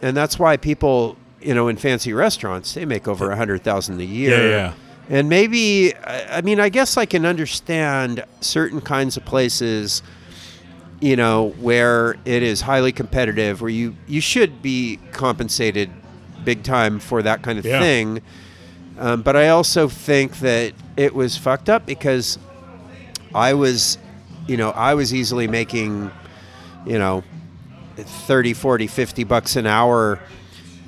Speaker 1: And that's why people, you know, in fancy restaurants, they make over a hundred thousand a year.
Speaker 2: Yeah, yeah.
Speaker 1: And maybe I I mean, I guess I can understand certain kinds of places you know, where it is highly competitive, where you, you should be compensated big time for that kind of
Speaker 2: Yeah.
Speaker 1: thing. Um, but I also think that it was fucked up because I was, you know, I was easily making, you know, 30, 40, 50 bucks an hour.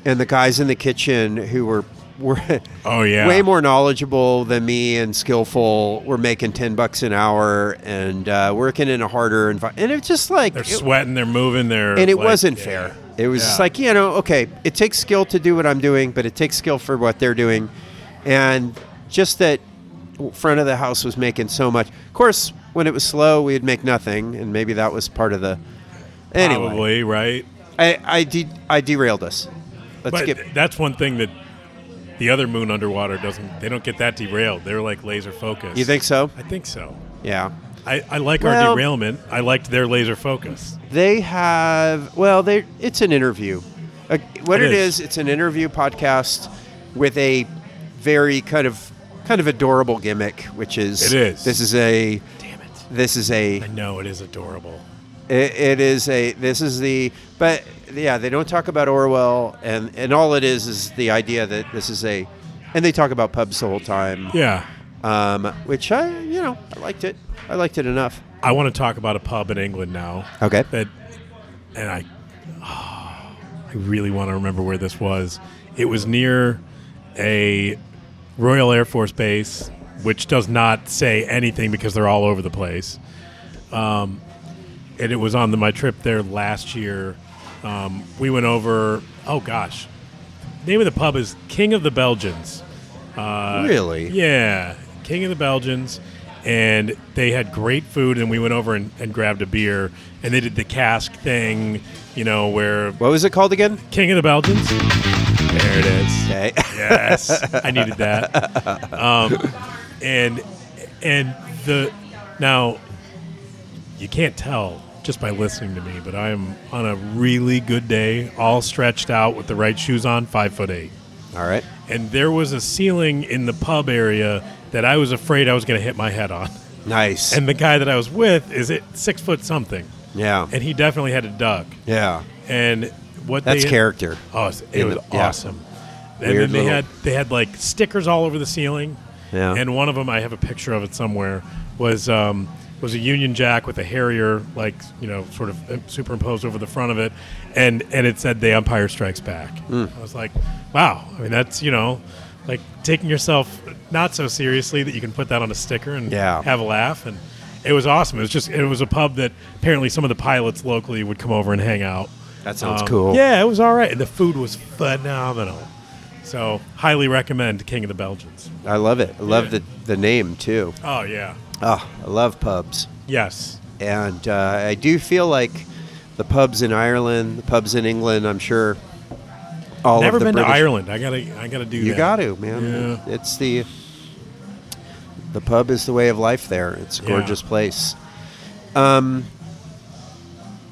Speaker 1: And the guys in the kitchen who were, were
Speaker 2: Oh yeah.
Speaker 1: way more knowledgeable than me and skillful. We're making ten bucks an hour and uh, working in a harder environment, and it's just like,
Speaker 2: They're
Speaker 1: it-
Speaker 2: sweating. They're moving. They're
Speaker 1: and it
Speaker 2: like-
Speaker 1: wasn't
Speaker 2: yeah.
Speaker 1: fair. It was just
Speaker 2: Yeah.
Speaker 1: like you know, okay, it takes skill to do what I'm doing, but it takes skill for what they're doing, and just that front of the house was making so much. Of course, when it was slow, we'd make nothing, and maybe that was part of the. Anyway,
Speaker 2: Probably right.
Speaker 1: I I, de- I derailed us. Let's
Speaker 2: But
Speaker 1: get
Speaker 2: that's one thing that the other moon underwater doesn't. They don't get that derailed. They're like laser focused.
Speaker 1: you think so?
Speaker 2: I think so.
Speaker 1: Yeah.
Speaker 2: I, I like
Speaker 1: Well-
Speaker 2: our derailment. I liked their laser focus.
Speaker 1: They have well, they it's an interview. Uh, what it
Speaker 2: It
Speaker 1: is.
Speaker 2: is.
Speaker 1: it's an interview podcast with a very kind of kind of adorable gimmick, which is
Speaker 2: It is.
Speaker 1: this is a
Speaker 2: Damn it!
Speaker 1: this is a
Speaker 2: I know it is adorable.
Speaker 1: it, it is a this is the but yeah they don't talk about Orwell and and all it is is the idea that this is a and they talk about pubs the whole time,
Speaker 2: Yeah.
Speaker 1: um, which I you know I liked it I liked it enough.
Speaker 2: I want to talk about a pub in England now.
Speaker 1: Okay.
Speaker 2: That, and I, ah, I really want to remember where this was. It was near a Royal Air Force base, which does not say anything because they're all over the place. Um, and it was on the, my trip there last year. Um, we went over. Oh gosh, name of the pub is King of the Belgians.
Speaker 1: really?
Speaker 2: Uh, Yeah, King of the Belgians, and they had great food. And we went over and, and grabbed a beer, and they did the cask thing, you know, where
Speaker 1: What was it called again?
Speaker 2: King of the Belgians. There it is.
Speaker 1: Okay.
Speaker 2: Yes, I needed that. Um, and and the now you can't tell just by listening to me, but I am on a really good day, all stretched out with the right shoes on, five foot eight.
Speaker 1: (laughs) All right.
Speaker 2: And there was a ceiling in the pub area that I was afraid I was going to hit my head on. (laughs)
Speaker 1: Nice.
Speaker 2: And the guy that I was with is at six foot something,
Speaker 1: yeah.
Speaker 2: and he definitely had to duck.
Speaker 1: yeah.
Speaker 2: And what
Speaker 1: That's
Speaker 2: they,
Speaker 1: character.
Speaker 2: Oh, it's- it
Speaker 1: In
Speaker 2: was
Speaker 1: the- yeah.
Speaker 2: awesome. And
Speaker 1: Weird
Speaker 2: then they
Speaker 1: little-
Speaker 2: had they had like stickers all over the ceiling.
Speaker 1: Yeah.
Speaker 2: And one of them, I have a picture of it somewhere, was um, was a Union Jack with a Harrier, like you know, sort of superimposed over the front of it, and and it said "The Umpire Strikes Back."
Speaker 1: Hmm.
Speaker 2: I was like, wow. I mean, that's you know, like taking yourself not so seriously that you can put that on a sticker and
Speaker 1: Yeah.
Speaker 2: have a laugh and. It was awesome. It was just it was a pub that apparently some of the pilots locally would come over and hang out.
Speaker 1: That sounds
Speaker 2: Um,
Speaker 1: cool.
Speaker 2: Yeah, it was all right. And the food was phenomenal. So, highly recommend King of the Belgians.
Speaker 1: I love it. I love
Speaker 2: Yeah.
Speaker 1: the, the name too.
Speaker 2: Oh, yeah.
Speaker 1: Ah, I love pubs.
Speaker 2: Yes.
Speaker 1: And uh, I do feel like the pubs in Ireland, the pubs in England, I'm sure all
Speaker 2: Never
Speaker 1: of the
Speaker 2: been
Speaker 1: British-
Speaker 2: to Ireland. I got to I gotta do
Speaker 1: You
Speaker 2: that.
Speaker 1: got to, man.
Speaker 2: Yeah.
Speaker 1: It's the the pub is the way of life there. It's a
Speaker 2: Yeah.
Speaker 1: gorgeous place. Um,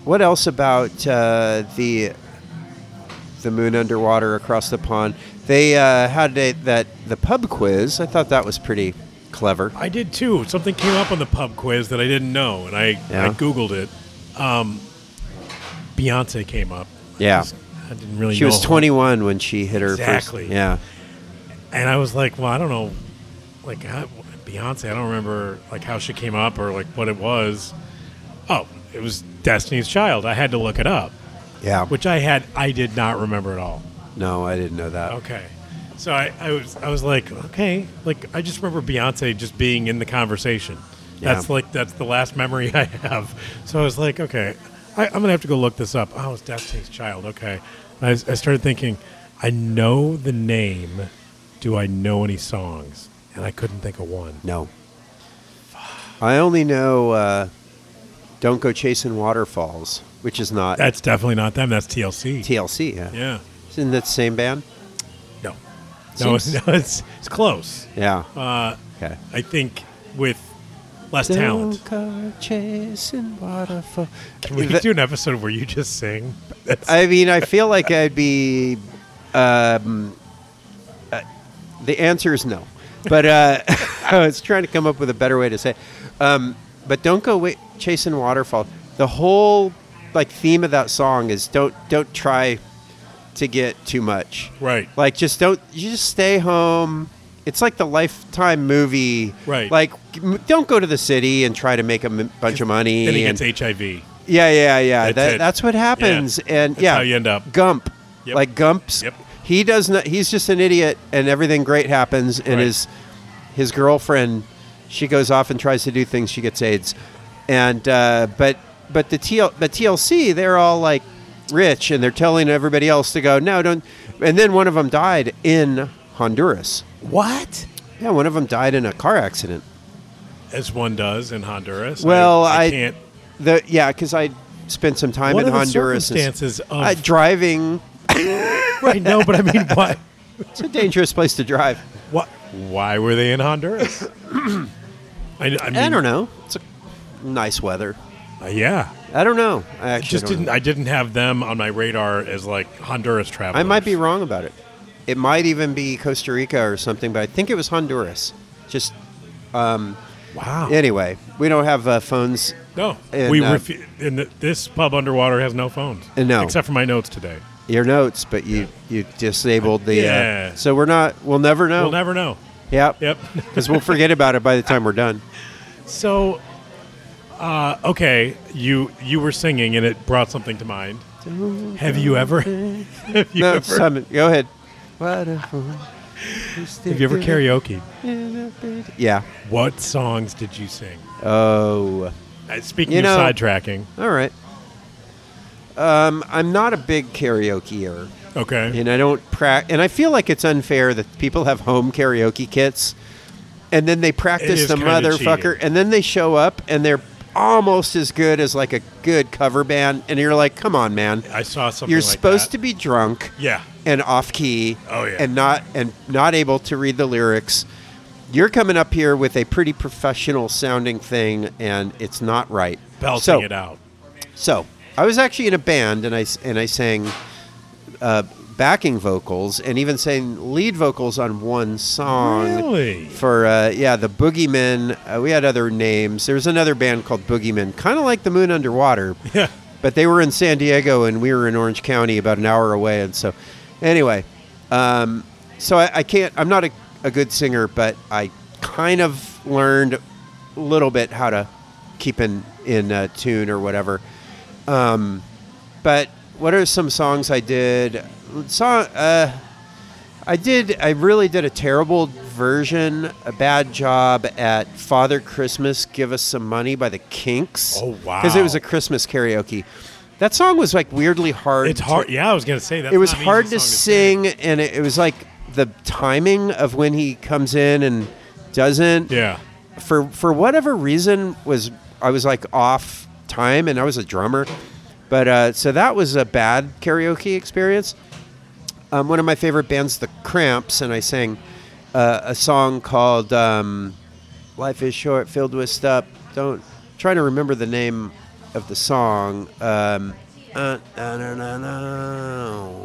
Speaker 1: what else about uh, the the moon underwater across the pond? They uh, had a, that the pub quiz. I thought that was pretty clever.
Speaker 2: I did too. Something came up on the pub quiz that I didn't know, and I,
Speaker 1: Yeah.
Speaker 2: I Googled it. Um, Beyonce came up.
Speaker 1: Yeah.
Speaker 2: I, just- I didn't really
Speaker 1: She
Speaker 2: know.
Speaker 1: was 21 when she hit her
Speaker 2: Exactly.
Speaker 1: first. Yeah.
Speaker 2: And I was like, well, I don't know. Like, I, Beyonce, I don't remember like how she came up or like what it was. Oh, it was Destiny's Child. I had to look it up.
Speaker 1: Yeah.
Speaker 2: which I had I did not remember at all.
Speaker 1: no, I didn't know that.
Speaker 2: Okay, so I, I was I was like, okay, like I just remember Beyonce just being in the conversation. That's
Speaker 1: Yeah.
Speaker 2: like that's the last memory (laughs) I have. So I was like, okay, I, I'm gonna have to go look this up. Oh, it's Destiny's Child. Okay, And I, I started thinking, I know the name. Do I know any songs? And I couldn't think of one.
Speaker 1: No. I only know uh, Don't Go Chasing Waterfalls, which is not
Speaker 2: That's definitely not them. That's TLC.
Speaker 1: TLC. Yeah.
Speaker 2: yeah.
Speaker 1: Isn't that the same band?
Speaker 2: No. No, (laughs) it's,
Speaker 1: Seems-
Speaker 2: no, it's it's close.
Speaker 1: Yeah.
Speaker 2: Uh,
Speaker 1: Okay.
Speaker 2: I think with less talent.
Speaker 1: Don't go chasing waterfall.
Speaker 2: Can we
Speaker 1: Th-
Speaker 2: do an episode where you just sing? That's,
Speaker 1: I mean, I feel like I'd be. Um, uh, the answer is no, but uh, (laughs) I was trying to come up with a better way to say. It. Um, but don't go wait, chasing waterfall. The whole like theme of that song is don't don't try to get too much.
Speaker 2: right.
Speaker 1: Like just don't you just stay home. It's like the lifetime movie.
Speaker 2: Right.
Speaker 1: Like m- don't go to the city and try to make a m- bunch of money.
Speaker 2: Then he
Speaker 1: and-
Speaker 2: gets HIV.
Speaker 1: yeah, yeah, yeah.
Speaker 2: That's
Speaker 1: That's,
Speaker 2: it.
Speaker 1: that, that's what happens. And
Speaker 2: That's
Speaker 1: yeah,
Speaker 2: how you end up.
Speaker 1: Gump.
Speaker 2: Yep.
Speaker 1: Like Gump's.
Speaker 2: Yep.
Speaker 1: He does not. He's just an idiot, and everything great happens. And
Speaker 2: Right.
Speaker 1: his his girlfriend, she goes off and tries to do things. She gets AIDS. And uh, but but the TL, but TLC, they're all like rich, and they're telling everybody else to go. No, don't. And then one of them died in Honduras.
Speaker 2: What?
Speaker 1: Yeah, one of them died in a car accident.
Speaker 2: As one does in Honduras.
Speaker 1: Well,
Speaker 2: I,
Speaker 1: I-
Speaker 2: can't.
Speaker 1: The yeah, because I spent some time
Speaker 2: What
Speaker 1: in
Speaker 2: are the
Speaker 1: Honduras. and s-
Speaker 2: circumstances
Speaker 1: (laughs)
Speaker 2: of?
Speaker 1: uh, driving
Speaker 2: right. No, but I mean, why?
Speaker 1: It's a dangerous place to drive.
Speaker 2: What? (laughs) Why were they in (coughs) Honduras? I, I, mean,
Speaker 1: I don't know. It's a nice weather.
Speaker 2: uh, yeah.
Speaker 1: I don't know. I
Speaker 2: I
Speaker 1: actually
Speaker 2: just
Speaker 1: don't
Speaker 2: didn't.
Speaker 1: know.
Speaker 2: I didn't have them on my radar as like Honduras travel.
Speaker 1: I might be wrong about it. It might even be Costa Rica or something, but I think it was Honduras. Just
Speaker 2: Wow.
Speaker 1: anyway, we don't have uh, phones.
Speaker 2: no.
Speaker 1: and,
Speaker 2: we
Speaker 1: uh,
Speaker 2: refu- and th- this pub underwater has no phones.
Speaker 1: Uh, no.
Speaker 2: Except for my notes today.
Speaker 1: Your notes, but you you disabled the.
Speaker 2: Yeah.
Speaker 1: Uh, so we're not. We'll never know.
Speaker 2: We'll never know.
Speaker 1: Yep. (laughs)
Speaker 2: Yep. (laughs)
Speaker 1: Because we'll forget about it by the time we're done.
Speaker 2: So, uh, okay, you you were singing and it brought something to mind. Have you ever? (laughs) Have (laughs) you
Speaker 1: no,
Speaker 2: ever?
Speaker 1: Simon, go ahead. Have
Speaker 2: Have you ever karaoke?
Speaker 1: Yeah.
Speaker 2: What songs did you sing?
Speaker 1: Oh.
Speaker 2: Uh, speaking
Speaker 1: You
Speaker 2: of
Speaker 1: know-
Speaker 2: sidetracking,
Speaker 1: All right. Um, I'm not a big karaokeer,
Speaker 2: okay,
Speaker 1: and I don't practice. And I feel like it's unfair that people have home karaoke kits, and then they practice
Speaker 2: is
Speaker 1: the
Speaker 2: kinda
Speaker 1: motherfucker,
Speaker 2: cheating.
Speaker 1: and then they show up and they're almost as good as like a good cover band, and you're like, come on, man,
Speaker 2: I saw something.
Speaker 1: you're
Speaker 2: like
Speaker 1: supposed
Speaker 2: that.
Speaker 1: to be drunk,
Speaker 2: Yeah,
Speaker 1: and off key
Speaker 2: Oh, yeah.
Speaker 1: and not and not able to read the lyrics. You're coming up here with a pretty professional sounding thing and it's not right.
Speaker 2: belting
Speaker 1: so,
Speaker 2: it out. (laughs)
Speaker 1: So I was actually in a band, and I s- and I sang uh, backing vocals and even sang lead vocals on one song.
Speaker 2: Really?
Speaker 1: For uh, yeah, the Boogeymen. Uh, we had other names. There was another band called Boogeymen, kind of like the Moon Underwater.
Speaker 2: Yeah.
Speaker 1: But they were in San Diego, and we were in Orange County, about an hour away. And so, anyway, um, so I, I can't. I'm not a, a good singer, but I kind of learned a little bit how to keep in in uh, tune or whatever. Um, but what are some songs I did? Song, uh, I did. I really did a terrible version, a bad job at "Father Christmas, Give Us Some Money" by the Kinks.
Speaker 2: Oh, wow.
Speaker 1: Because it was a Christmas karaoke. That song was like weirdly hard.
Speaker 2: It's
Speaker 1: to-
Speaker 2: hard. Yeah, I was gonna say that.
Speaker 1: it was hard to sing, and it, it was like the timing of when he comes in and doesn't
Speaker 2: Yeah.
Speaker 1: for for whatever reason was I was like off time and I was a drummer, but uh, so that was a bad karaoke experience. Um, one of my favorite bands, The Cramps, and I sang uh, a song called um, "Life Is Short," filled with stuff. Don't trying to remember the name of the song. Um, uh, na, na, na, na.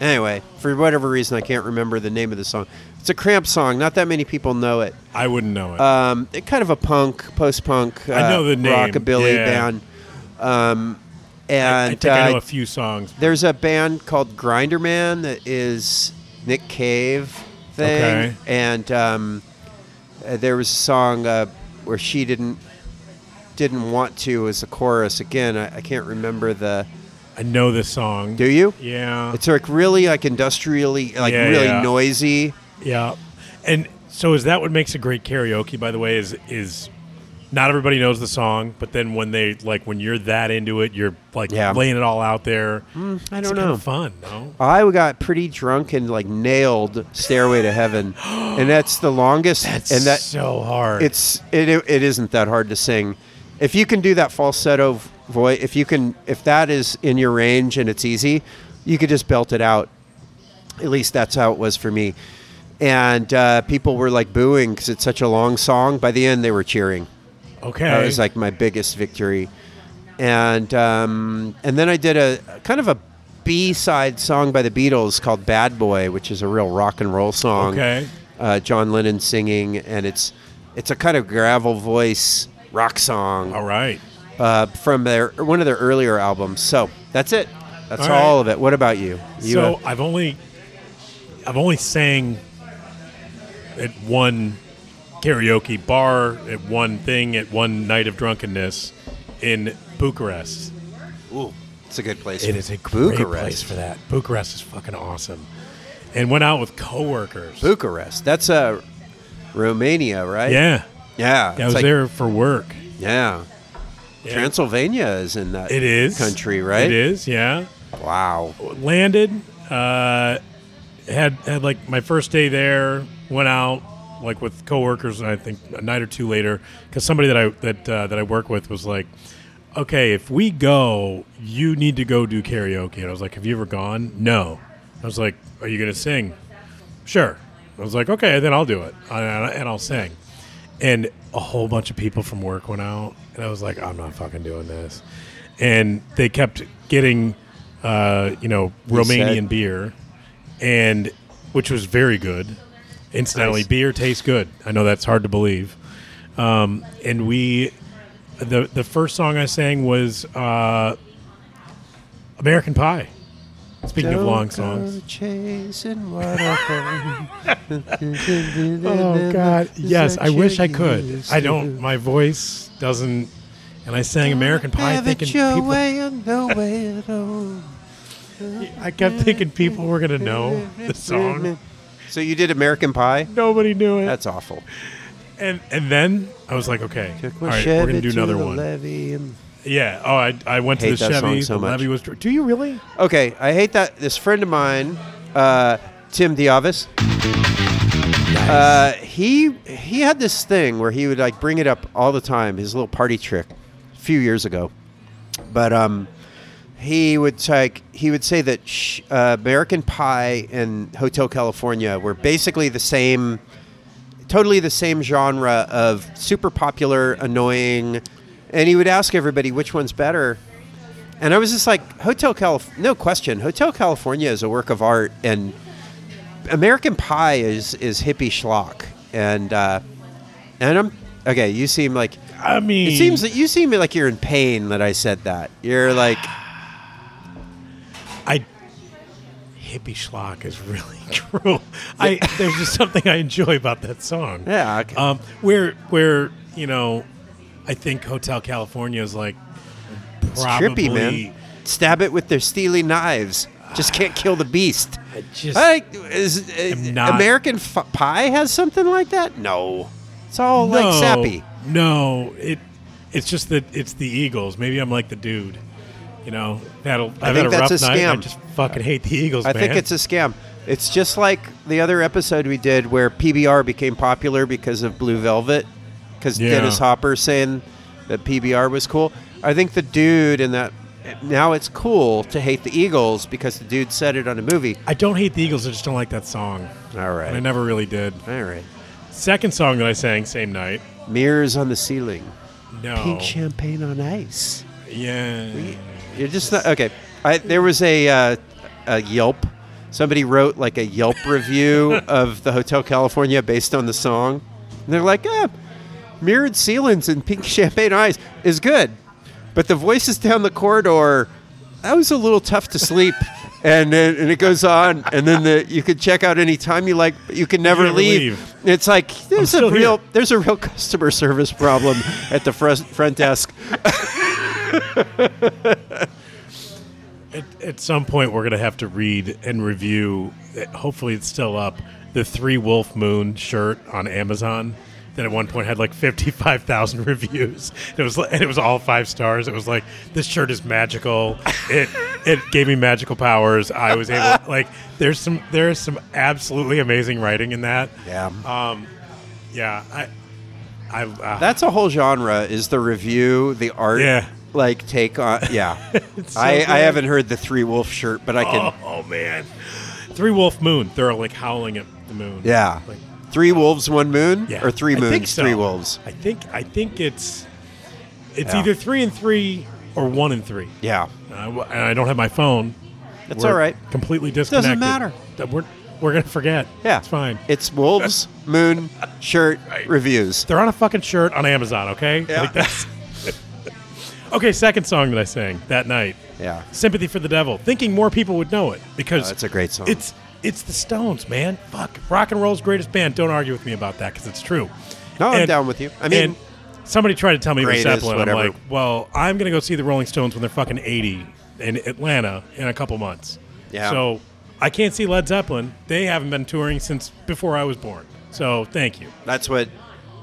Speaker 1: Anyway, for whatever reason, I can't remember the name of the song. It's a Cramp song. Not that many people know it
Speaker 2: I wouldn't know it.
Speaker 1: um, it- kind of a punk, post-punk, uh,
Speaker 2: I know the name,
Speaker 1: rockabilly
Speaker 2: yeah.
Speaker 1: band. Um,
Speaker 2: I
Speaker 1: and
Speaker 2: think I know
Speaker 1: uh,
Speaker 2: a few songs.
Speaker 1: there's a band called Grinder Man that is Nick Cave thing,
Speaker 2: Okay.
Speaker 1: and um, uh, there was a song uh, where she didn't didn't want to as a chorus. Again, I, I can't remember the.
Speaker 2: I know this song.
Speaker 1: Do you?
Speaker 2: Yeah.
Speaker 1: It's like really like industrially, like
Speaker 2: Yeah,
Speaker 1: really
Speaker 2: yeah.
Speaker 1: noisy.
Speaker 2: Yeah. And so is that what makes a great karaoke by the way is is not everybody knows the song, but then when they like when you're that into it, you're like
Speaker 1: Yeah. Mm,
Speaker 2: laying it all out there.
Speaker 1: I
Speaker 2: It's
Speaker 1: don't
Speaker 2: kinda
Speaker 1: know.
Speaker 2: fun, no?
Speaker 1: I got pretty drunk and like nailed "Stairway to Heaven," and that's the longest.
Speaker 2: That's
Speaker 1: and that
Speaker 2: so hard.
Speaker 1: it's it, it isn't that hard to sing. If you can do that falsetto voice, if you can, if that is in your range and it's easy, you could just belt it out. At least that's how it was for me. And uh, people were like booing because it's such a long song. By the end, they were cheering.
Speaker 2: okay.
Speaker 1: That was like my biggest victory. And um, and then I did a kind of a B side song by the Beatles called "Bad Boy," which is a real rock and roll song.
Speaker 2: Okay.
Speaker 1: Uh, John Lennon singing, and it's it's a kind of gravel voice rock song
Speaker 2: all right.
Speaker 1: uh, from their one of their earlier albums. So that's it. That's
Speaker 2: All
Speaker 1: all,
Speaker 2: right.
Speaker 1: of it. What about you? you
Speaker 2: so
Speaker 1: have-
Speaker 2: I've only I've only sang at one karaoke bar, at one thing, at one night of drunkenness in Bucharest.
Speaker 1: uh, it's a good place.
Speaker 2: It is a great place
Speaker 1: Bucharest.
Speaker 2: for that. Bucharest is fucking awesome. And went out with coworkers.
Speaker 1: Bucharest. That's uh, Romania, right?
Speaker 2: yeah.
Speaker 1: Yeah.
Speaker 2: I
Speaker 1: it's
Speaker 2: was
Speaker 1: like-
Speaker 2: there for work.
Speaker 1: Yeah.
Speaker 2: Yeah.
Speaker 1: Transylvania is in that
Speaker 2: It is.
Speaker 1: country, right?
Speaker 2: It is, yeah.
Speaker 1: Wow.
Speaker 2: landed uh, had had like my first day there went out like with coworkers and i think a night or two later because somebody that i that uh, that i work with was like okay if we go you need to go do karaoke and i was like have you ever gone no i was like are you gonna sing sure i was like okay then i'll do it and I- and i'll sing and a whole bunch of people from work went out and i was like i'm not fucking doing this and they kept getting uh, you know romanian
Speaker 1: said-
Speaker 2: beer and which was very good incidentally
Speaker 1: Nice.
Speaker 2: beer tastes good i know that's hard to believe um, and we the the first song i sang was uh, american pie speaking of long songs (laughs) Oh God! Yes, I wish I could. I don't. My voice doesn't. And I sang American Pie,
Speaker 1: Have
Speaker 2: thinking
Speaker 1: it your
Speaker 2: people.
Speaker 1: way or no way at all.
Speaker 2: I kept thinking people were gonna know (laughs)
Speaker 1: (laughs)
Speaker 2: the song.
Speaker 1: So you did American Pie?
Speaker 2: Nobody knew it.
Speaker 1: That's awful.
Speaker 2: and and then I was like, okay,
Speaker 1: Took
Speaker 2: all
Speaker 1: my
Speaker 2: right, we're gonna
Speaker 1: Chevy
Speaker 2: do
Speaker 1: to
Speaker 2: another
Speaker 1: the
Speaker 2: one.
Speaker 1: levee and-
Speaker 2: Yeah. Oh, I, I went to
Speaker 1: Hate
Speaker 2: the
Speaker 1: that
Speaker 2: Chevy.
Speaker 1: song so
Speaker 2: the
Speaker 1: much.
Speaker 2: levy was. dr- Do you really?
Speaker 1: Okay, I hate that. This friend of mine, uh, Tim Diavis, uh, he he had this thing where he would like bring it up all the time. His little party trick, a few years ago, but um, he would like he would say that sh- uh, American Pie and Hotel California were basically the same, totally the same genre of super popular, annoying, and he would ask everybody which one's better. And I was just like, Hotel California, no question. Hotel California is a work of art, and American Pie is is hippie schlock. And uh, and I'm okay. You seem like
Speaker 2: I mean,
Speaker 1: it seems that you seem like you're in pain that I said that. You're
Speaker 2: (sighs)
Speaker 1: like,
Speaker 2: I hippie schlock is really (laughs) cruel. I there's just something I enjoy about that song.
Speaker 1: yeah, okay.
Speaker 2: Um, where where you know, I think Hotel California is like
Speaker 1: it's
Speaker 2: probably
Speaker 1: trippy, man. Stab it with their steely knives. Just can't kill the beast.
Speaker 2: (sighs) I just
Speaker 1: I, is, is-
Speaker 2: not-
Speaker 1: American f- Pie has something like that? No, it's all like sappy.
Speaker 2: No, it it's just that it's the Eagles. Maybe I'm like the dude. You know, that'll I've had
Speaker 1: think
Speaker 2: a rough
Speaker 1: that's a
Speaker 2: night. and I
Speaker 1: scam.
Speaker 2: just fucking hate the Eagles.
Speaker 1: I
Speaker 2: man.
Speaker 1: think it's a scam. It's just like the other episode we did where PBR became popular because of Blue Velvet, because
Speaker 2: Yeah.
Speaker 1: Dennis Hopper saying that PBR was cool. I think the dude in that now it's cool to hate the Eagles because the dude said it on a movie.
Speaker 2: I don't hate the Eagles. I just don't like that song.
Speaker 1: All
Speaker 2: And I
Speaker 1: right,
Speaker 2: never really did.
Speaker 1: all right.
Speaker 2: Second song that I sang same night.
Speaker 1: Mirrors on the ceiling,
Speaker 2: No.
Speaker 1: pink champagne on ice.
Speaker 2: Yeah.
Speaker 1: You're just not okay. I, there was a uh, a Yelp. Somebody wrote like a Yelp review of the Hotel California based on the song. And they're like, "Ah, mirrored ceilings and pink champagne eyes is good, but the voices down the corridor that was a little tough to sleep." And then, and it goes on, and then the, you could check out any time you like, but you can never,
Speaker 2: never
Speaker 1: leave.
Speaker 2: leave.
Speaker 1: It's like there's a
Speaker 2: still here.
Speaker 1: real there's a real customer service problem at the front, front desk.
Speaker 2: At, at some point, we're gonna have to read and review. eh, Hopefully, it's still up. The Three Wolf Moon shirt on Amazon that at one point had like fifty-five thousand (laughs) reviews. It was li- and it was all five stars. It was like this shirt is magical. It it gave me magical powers. I
Speaker 1: (laughs)
Speaker 2: was able like there's some there's some absolutely amazing writing in that.
Speaker 1: Yeah.
Speaker 2: Yeah, I I uh,
Speaker 1: That's a whole genre. Is the review the art?
Speaker 2: Yeah.
Speaker 1: Like take on
Speaker 2: (laughs)
Speaker 1: yeah.
Speaker 2: so
Speaker 1: I,
Speaker 2: good.
Speaker 1: I haven't heard the three wolf shirt, but I can
Speaker 2: oh, oh, man, Three Wolf Moon. They're like howling at the moon.
Speaker 1: yeah.
Speaker 2: Like,
Speaker 1: three wolves, one moon,
Speaker 2: Yeah.
Speaker 1: or three
Speaker 2: I think
Speaker 1: moons,
Speaker 2: so.
Speaker 1: three wolves.
Speaker 2: I think I think it's it's
Speaker 1: Yeah.
Speaker 2: either three and three or one and three.
Speaker 1: Yeah,
Speaker 2: And I, and I don't have my phone.
Speaker 1: that's
Speaker 2: We're
Speaker 1: all right.
Speaker 2: Completely disconnected.
Speaker 1: matter.
Speaker 2: That We're we're gonna forget.
Speaker 1: Yeah,
Speaker 2: it's fine.
Speaker 1: It's
Speaker 2: (laughs)
Speaker 1: wolves, moon, shirt
Speaker 2: Right.
Speaker 1: reviews.
Speaker 2: They're on a fucking shirt on Amazon. Okay.
Speaker 1: Yeah.
Speaker 2: Like that's (laughs) okay. Second song that I sang that night.
Speaker 1: Yeah.
Speaker 2: Sympathy for the Devil. Thinking more people would know it because
Speaker 1: Oh, that's a great song.
Speaker 2: It's it's the Stones, man. Fuck, rock and roll's greatest band. Don't argue with me about that because it's true.
Speaker 1: No, I'm down with you. I mean-
Speaker 2: and somebody tried to tell me it was
Speaker 1: Greatest,
Speaker 2: Zeppelin.
Speaker 1: whatever.
Speaker 2: I'm like, well, I'm gonna go see the Rolling Stones when they're fucking 80 in Atlanta in a couple months.
Speaker 1: Yeah.
Speaker 2: So I can't see Led Zeppelin. They haven't been touring since before I was born. So
Speaker 1: (laughs)
Speaker 2: thank you.
Speaker 1: That's what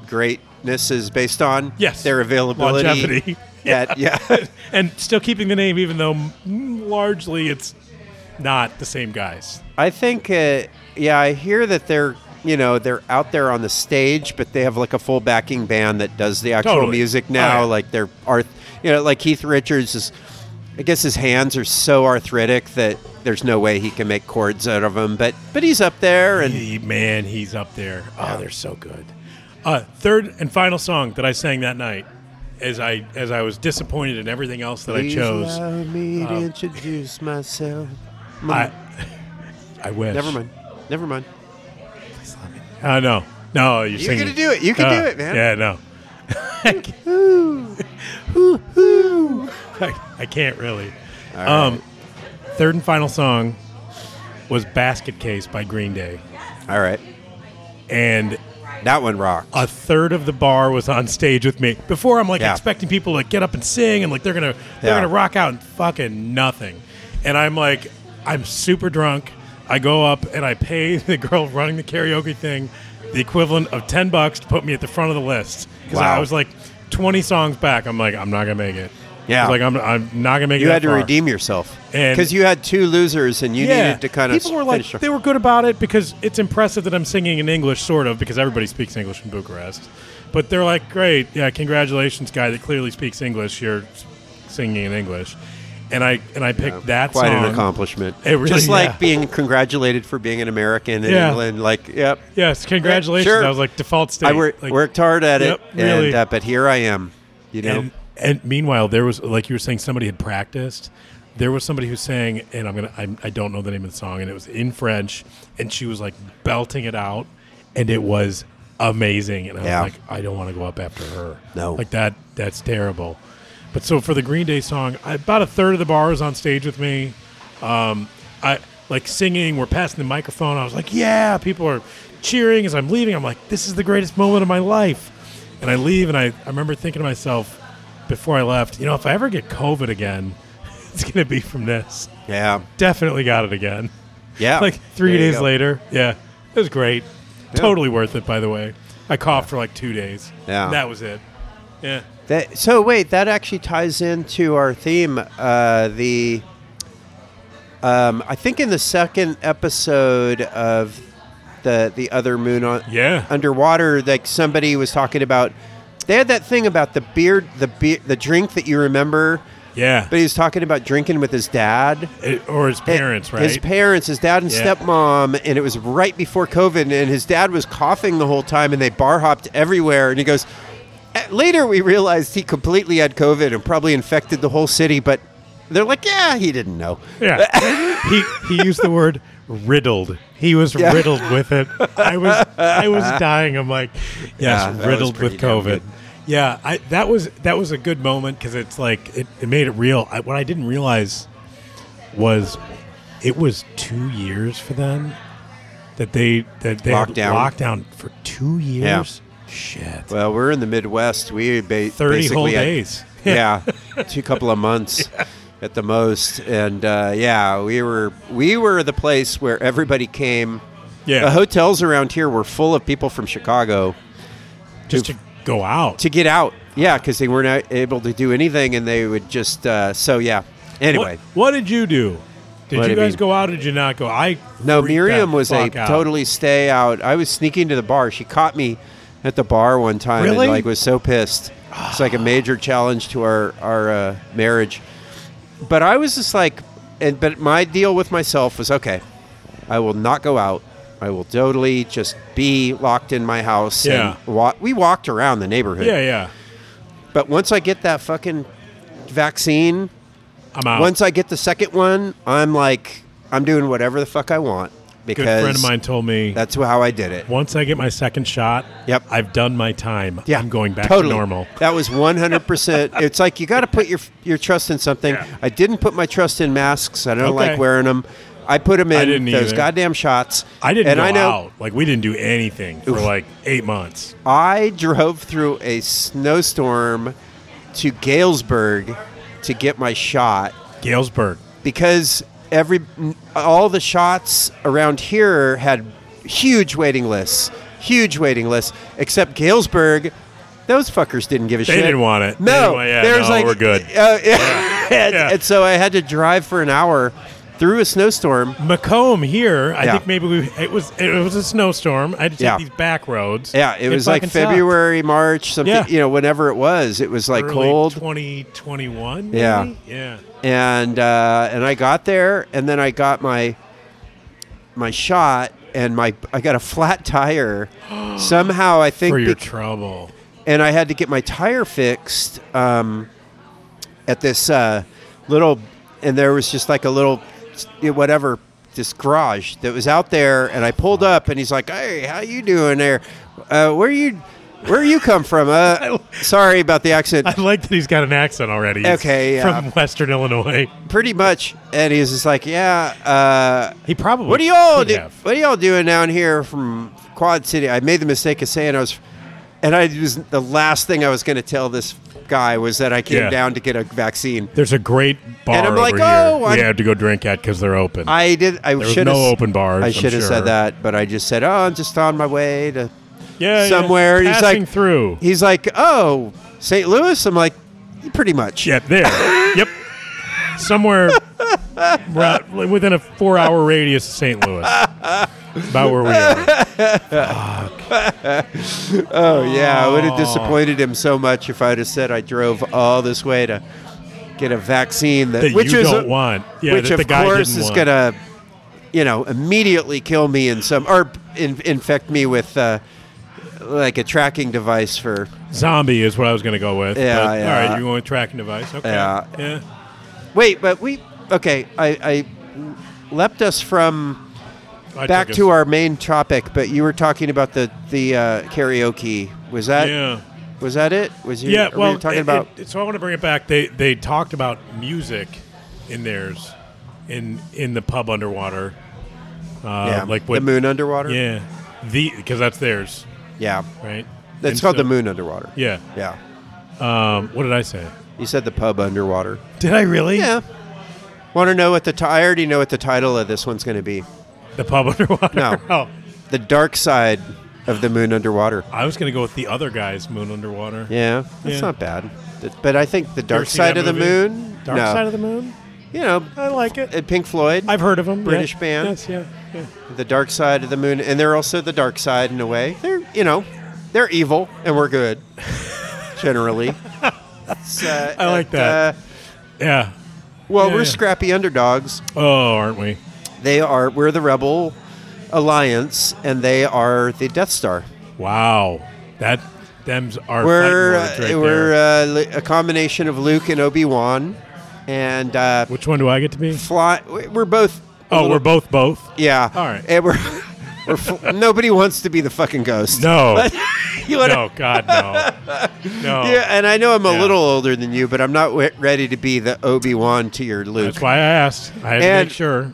Speaker 1: greatness is based on.
Speaker 2: Yes.
Speaker 1: their availability.
Speaker 2: Longevity. (laughs)
Speaker 1: At, yeah.
Speaker 2: and still keeping the name, even though mm, largely it's not the same guys.
Speaker 1: I think, uh, yeah, I hear that they're, you know, they're out there on the stage, but they have like a full backing band that does the actual
Speaker 2: Totally.
Speaker 1: music
Speaker 2: Oh,
Speaker 1: now.
Speaker 2: yeah.
Speaker 1: Like they're, arth- you know, like Keith Richards is, I guess his hands are so arthritic that there's no way he can make chords out of them. But but he's up there, and
Speaker 2: He- man, he's up there. Oh, they're so good. Uh, third and final song that I sang that night, as I as I was disappointed in everything else that I
Speaker 1: Please
Speaker 2: chose. uh,
Speaker 1: allow me to introduce myself.
Speaker 2: (laughs) I I wish.
Speaker 1: Never mind. Never mind.
Speaker 2: Uh, no, no, you're
Speaker 1: You're
Speaker 2: singing.
Speaker 1: gonna do it. You can
Speaker 2: Uh,
Speaker 1: do it, man.
Speaker 2: Yeah, no.
Speaker 1: (laughs) Woo-hoo.
Speaker 2: I, I can't really. Um, third and final song was "Basket Case" by Green Day,
Speaker 1: All right,
Speaker 2: and
Speaker 1: that one rocked.
Speaker 2: a third of the bar was on stage with me. Before I'm like
Speaker 1: Yeah.
Speaker 2: expecting people to like, get up and sing and like they're gonna they're
Speaker 1: Yeah.
Speaker 2: gonna rock out and fucking nothing. And I'm like I'm super drunk. I go up and I pay (laughs) the girl running the karaoke thing the equivalent of ten bucks to put me at the front of the list because I
Speaker 1: Wow.
Speaker 2: was like twenty songs back. I'm like I'm not gonna make it.
Speaker 1: Yeah.
Speaker 2: I was like I'm I'm not gonna make it.
Speaker 1: you
Speaker 2: that
Speaker 1: had to
Speaker 2: far."
Speaker 1: redeem yourself
Speaker 2: And-
Speaker 1: because you had two losers, and you needed to kind of
Speaker 2: people were like they were good about it because it's impressive that I'm singing in English, sort of, because everybody speaks English in Bucharest. But they're like, great, yeah, congratulations, guy that clearly speaks English. You're s- singing in English, and I and I picked that
Speaker 1: Quite
Speaker 2: song.
Speaker 1: an accomplishment.
Speaker 2: It really-
Speaker 1: Just like
Speaker 2: yeah.
Speaker 1: being congratulated for being an American in
Speaker 2: Yeah.
Speaker 1: England. Like, yep.
Speaker 2: Yes, congratulations.
Speaker 1: Sure.
Speaker 2: I was like default state.
Speaker 1: I wor-
Speaker 2: like,
Speaker 1: worked hard at
Speaker 2: Yep,
Speaker 1: it,
Speaker 2: really.
Speaker 1: and uh, but here I am. You know,
Speaker 2: And, and meanwhile, there was like you were saying, somebody had practiced. There was somebody who sang, and I'm gonna, I, I don't know the name of the song, and it was in French, and she was like belting it out, and it was amazing. And I
Speaker 1: Yeah.
Speaker 2: was like, I don't want to go up after her.
Speaker 1: No.
Speaker 2: like that, that's terrible. But so for the Green Day song, I, about a third of the bar was on stage with me. um, I like singing. We're passing the microphone. I was like, yeah. People are cheering as I'm leaving. I'm like, this is the greatest moment of my life. And I leave, and I, I remember thinking to myself before I left, you know, if I ever get COVID again, (laughs) it's gonna be from this.
Speaker 1: yeah,
Speaker 2: Definitely got it again.
Speaker 1: yeah.
Speaker 2: Like three
Speaker 1: There you
Speaker 2: days
Speaker 1: go.
Speaker 2: later. Yeah, it was great. Totally worth it, by the way. I coughed for like two days.
Speaker 1: Yeah.
Speaker 2: that was it. Yeah.
Speaker 1: That, so wait, that actually ties into our theme. Uh, the um, I think in the second episode of the the other moon on
Speaker 2: Yeah.
Speaker 1: underwater, like somebody was talking about. They had that thing about the beard, the beer, the drink that you remember.
Speaker 2: Yeah.
Speaker 1: But he was talking about drinking with his dad.
Speaker 2: It- or his parents, right?
Speaker 1: His parents, his dad and
Speaker 2: Yeah.
Speaker 1: stepmom, and it was right before COVID, and his dad was coughing the whole time, and they bar hopped everywhere. And he goes, "Eh, later we realized he completely had COVID and probably infected the whole city, but they're like, yeah, he didn't know.
Speaker 2: Yeah. he he used the word riddled. He was
Speaker 1: Yeah.
Speaker 2: riddled with it. I was
Speaker 1: (laughs)
Speaker 2: I was dying. I'm like,
Speaker 1: Yeah,
Speaker 2: yes,
Speaker 1: that was
Speaker 2: riddled
Speaker 1: pretty
Speaker 2: with
Speaker 1: damn
Speaker 2: COVID.
Speaker 1: good.
Speaker 2: Yeah, I, that was that was a good moment because it's like it, it made it real. I, what I didn't realize was it was two years for them that they that they
Speaker 1: Lockdown.
Speaker 2: had lockdown for two years. Shit,
Speaker 1: Well, we're in the Midwest. We ba-
Speaker 2: thirty whole
Speaker 1: basically had-
Speaker 2: days.
Speaker 1: yeah, two couple of months
Speaker 2: (laughs)
Speaker 1: at the most, and uh, yeah, we were we were the place where everybody came.
Speaker 2: yeah,
Speaker 1: The hotels around here were full of people from Chicago.
Speaker 2: just to go out.
Speaker 1: to get out. Yeah, because they weren't a- able to do anything, and they would just. Uh, so yeah. Anyway,
Speaker 2: what, what did you do? Did
Speaker 1: What do
Speaker 2: you
Speaker 1: you
Speaker 2: guys
Speaker 1: mean?
Speaker 2: go out or did you not go? I
Speaker 1: no,
Speaker 2: freaked
Speaker 1: Miriam
Speaker 2: the
Speaker 1: was a
Speaker 2: fuck out.
Speaker 1: totally stay out. I was sneaking to the bar. She caught me at the bar one time
Speaker 2: Really? Ah.
Speaker 1: and like was so pissed. It's like a major challenge to our our uh, marriage. But I was just like, and but my deal with myself was okay. I will not go out. I will totally just be locked in my house.
Speaker 2: Yeah.
Speaker 1: And wa- we walked around the neighborhood.
Speaker 2: Yeah, yeah.
Speaker 1: But once I get that fucking vaccine,
Speaker 2: I'm out.
Speaker 1: Once I get the second one, I'm like, I'm doing whatever the fuck I want
Speaker 2: good
Speaker 1: because
Speaker 2: friend of mine told me
Speaker 1: that's how I did it.
Speaker 2: once I get my second shot,
Speaker 1: Yep.
Speaker 2: I've done my time.
Speaker 1: Yeah,
Speaker 2: (laughs) I'm going back
Speaker 1: totally.
Speaker 2: to normal.
Speaker 1: That was 100.
Speaker 2: (laughs)
Speaker 1: percent It's like you got to put your your trust in something.
Speaker 2: Yeah.
Speaker 1: I didn't put my trust in masks. I don't
Speaker 2: Okay.
Speaker 1: like wearing them. I put them in
Speaker 2: didn't
Speaker 1: those
Speaker 2: either.
Speaker 1: goddamn shots.
Speaker 2: I didn't
Speaker 1: and
Speaker 2: go
Speaker 1: I know
Speaker 2: out. Like we didn't do anything for
Speaker 1: Oof.
Speaker 2: like eight months.
Speaker 1: I drove through a snowstorm to Galesburg to get my shot.
Speaker 2: Galesburg.
Speaker 1: because every all the shots around here had huge waiting lists, huge waiting lists. Except Galesburg, those fuckers didn't give a
Speaker 2: They
Speaker 1: shit.
Speaker 2: didn't want it. They
Speaker 1: No,
Speaker 2: didn't want- yeah,
Speaker 1: there was
Speaker 2: no,
Speaker 1: like
Speaker 2: we're good.
Speaker 1: (laughs) uh, and,
Speaker 2: Yeah.
Speaker 1: and so I had to drive for an hour through a snowstorm.
Speaker 2: Macomb here. I
Speaker 1: Yeah.
Speaker 2: think maybe we it was it was a snowstorm. I had to take
Speaker 1: Yeah.
Speaker 2: these back roads.
Speaker 1: Yeah, it was like
Speaker 2: fucking sucked.
Speaker 1: February, March, something.
Speaker 2: Yeah.
Speaker 1: You know, whenever it was, it was like
Speaker 2: Early
Speaker 1: cold.
Speaker 2: 2021.
Speaker 1: Yeah.
Speaker 2: maybe? Yeah.
Speaker 1: and uh, and I got there, and then I got my my shot, and my I got a flat (laughs)
Speaker 2: (gasps)
Speaker 1: tire. Somehow, I think,
Speaker 2: For your
Speaker 1: be-
Speaker 2: trouble.
Speaker 1: and I had to get my tire fixed um, at this uh, little, and there was just like a little eh, whatever this garage that was out there, and I pulled up, and he's like, "Hey, how you doing there? Uh, where you?" Where you come from?
Speaker 2: (laughs)
Speaker 1: Uh, sorry about the accent.
Speaker 2: I like that he's got an accent already. He's
Speaker 1: Okay, yeah.
Speaker 2: From Western Illinois.
Speaker 1: Pretty much, and he's just like, "Yeah, uh,
Speaker 2: He probably.
Speaker 1: What are y'all
Speaker 2: could
Speaker 1: do,
Speaker 2: have.
Speaker 1: What are y'all doing down here from Quad City? I made the mistake of saying I was, and I was the last thing I was going to tell this guy was that I came
Speaker 2: Yeah.
Speaker 1: down to get a vaccine.
Speaker 2: There's a great bar
Speaker 1: And I'm
Speaker 2: over
Speaker 1: like,
Speaker 2: here.
Speaker 1: "Oh, I'm-
Speaker 2: we have to go drink at because they're open.
Speaker 1: I did. I
Speaker 2: there was
Speaker 1: should
Speaker 2: no
Speaker 1: have.
Speaker 2: open bars.
Speaker 1: I
Speaker 2: I'm
Speaker 1: should have
Speaker 2: sure.
Speaker 1: said that, but I just said, "Oh, I'm just on my way to."
Speaker 2: Yeah, yeah.
Speaker 1: somewhere. He's
Speaker 2: Passing
Speaker 1: like-
Speaker 2: through.
Speaker 1: He's like, "Oh, St. Louis." I'm like, "Pretty much." (laughs)
Speaker 2: Yeah, there. yep. Somewhere ra- within a four-hour radius of St. Louis. About where
Speaker 1: (laughs)
Speaker 2: we are.
Speaker 1: Oh yeah, I would have disappointed him so much if I'd have said I drove all this way to get a vaccine that,
Speaker 2: That
Speaker 1: which
Speaker 2: you
Speaker 1: is
Speaker 2: don't want. Yeah,
Speaker 1: which
Speaker 2: that the
Speaker 1: of
Speaker 2: guy
Speaker 1: course
Speaker 2: didn't
Speaker 1: is
Speaker 2: want.
Speaker 1: gonna you know immediately kill me in some or in, infect me with uh, like a tracking device for
Speaker 2: Zombie is what I was going to go with.
Speaker 1: Yeah,
Speaker 2: but,
Speaker 1: yeah.
Speaker 2: All right, you're going with tracking device. Okay.
Speaker 1: Yeah.
Speaker 2: yeah.
Speaker 1: wait but we okay I, I leapt us from
Speaker 2: I
Speaker 1: back
Speaker 2: took
Speaker 1: to
Speaker 2: a-
Speaker 1: our main topic but you were talking about the the uh, karaoke was that
Speaker 2: Yeah.
Speaker 1: was that it was you
Speaker 2: Yeah,
Speaker 1: were
Speaker 2: well,
Speaker 1: you talking
Speaker 2: it-
Speaker 1: about
Speaker 2: it- so I want to bring it back. They they talked about music in theirs, in in the pub underwater. Uh,
Speaker 1: yeah,
Speaker 2: like what?
Speaker 1: the moon underwater
Speaker 2: Yeah, the because that's theirs,
Speaker 1: yeah
Speaker 2: right?
Speaker 1: that's
Speaker 2: And
Speaker 1: called
Speaker 2: so-
Speaker 1: the moon underwater
Speaker 2: Yeah.
Speaker 1: yeah
Speaker 2: Um, what did I say?
Speaker 1: you said the pub underwater
Speaker 2: Did I really?
Speaker 1: yeah want to know what the ti- I already know what the title of this one's going to be
Speaker 2: The pub underwater.
Speaker 1: No.
Speaker 2: (laughs) Oh,
Speaker 1: The dark side of the moon underwater.
Speaker 2: I was gonna go with the other guy's moon underwater.
Speaker 1: Yeah, that's
Speaker 2: Yeah.
Speaker 1: not bad. Th- But I think the dark
Speaker 2: see
Speaker 1: side
Speaker 2: that
Speaker 1: of the
Speaker 2: movie?
Speaker 1: moon.
Speaker 2: Dark
Speaker 1: no.
Speaker 2: side of the moon.
Speaker 1: you know,
Speaker 2: I like it.
Speaker 1: uh, Pink Floyd.
Speaker 2: I've heard of them.
Speaker 1: British
Speaker 2: yeah.
Speaker 1: band.
Speaker 2: Yes, yeah, yeah.
Speaker 1: the dark side of the moon, and they're also the dark side in a way. They're you know, they're evil, and we're
Speaker 2: (laughs)
Speaker 1: good. generally. It's, uh,
Speaker 2: I like
Speaker 1: it,
Speaker 2: that.
Speaker 1: uh,
Speaker 2: Yeah.
Speaker 1: well,
Speaker 2: Yeah,
Speaker 1: we're
Speaker 2: yeah.
Speaker 1: scrappy underdogs.
Speaker 2: Oh, aren't we?
Speaker 1: They are. We're the rebel alliance, and they are the Death Star.
Speaker 2: Wow. That them's our
Speaker 1: We're
Speaker 2: fight words right
Speaker 1: uh,
Speaker 2: there.
Speaker 1: we're uh, li- a combination of Luke and Obi Wan, and uh,
Speaker 2: Which one do I get to be?
Speaker 1: fly. we- We're both. a
Speaker 2: Oh,
Speaker 1: little-
Speaker 2: we're both both.
Speaker 1: Yeah.
Speaker 2: All right.
Speaker 1: And we're. (laughs) we're fl- nobody wants to be the fucking ghost.
Speaker 2: No,
Speaker 1: (laughs) You wanna-
Speaker 2: no, God, no, no.
Speaker 1: (laughs) Yeah, and I know I'm a
Speaker 2: Yeah.
Speaker 1: little older than you, but I'm not w- ready to be the Obi Wan to your Luke.
Speaker 2: That's why I asked. I had to
Speaker 1: And-
Speaker 2: make sure.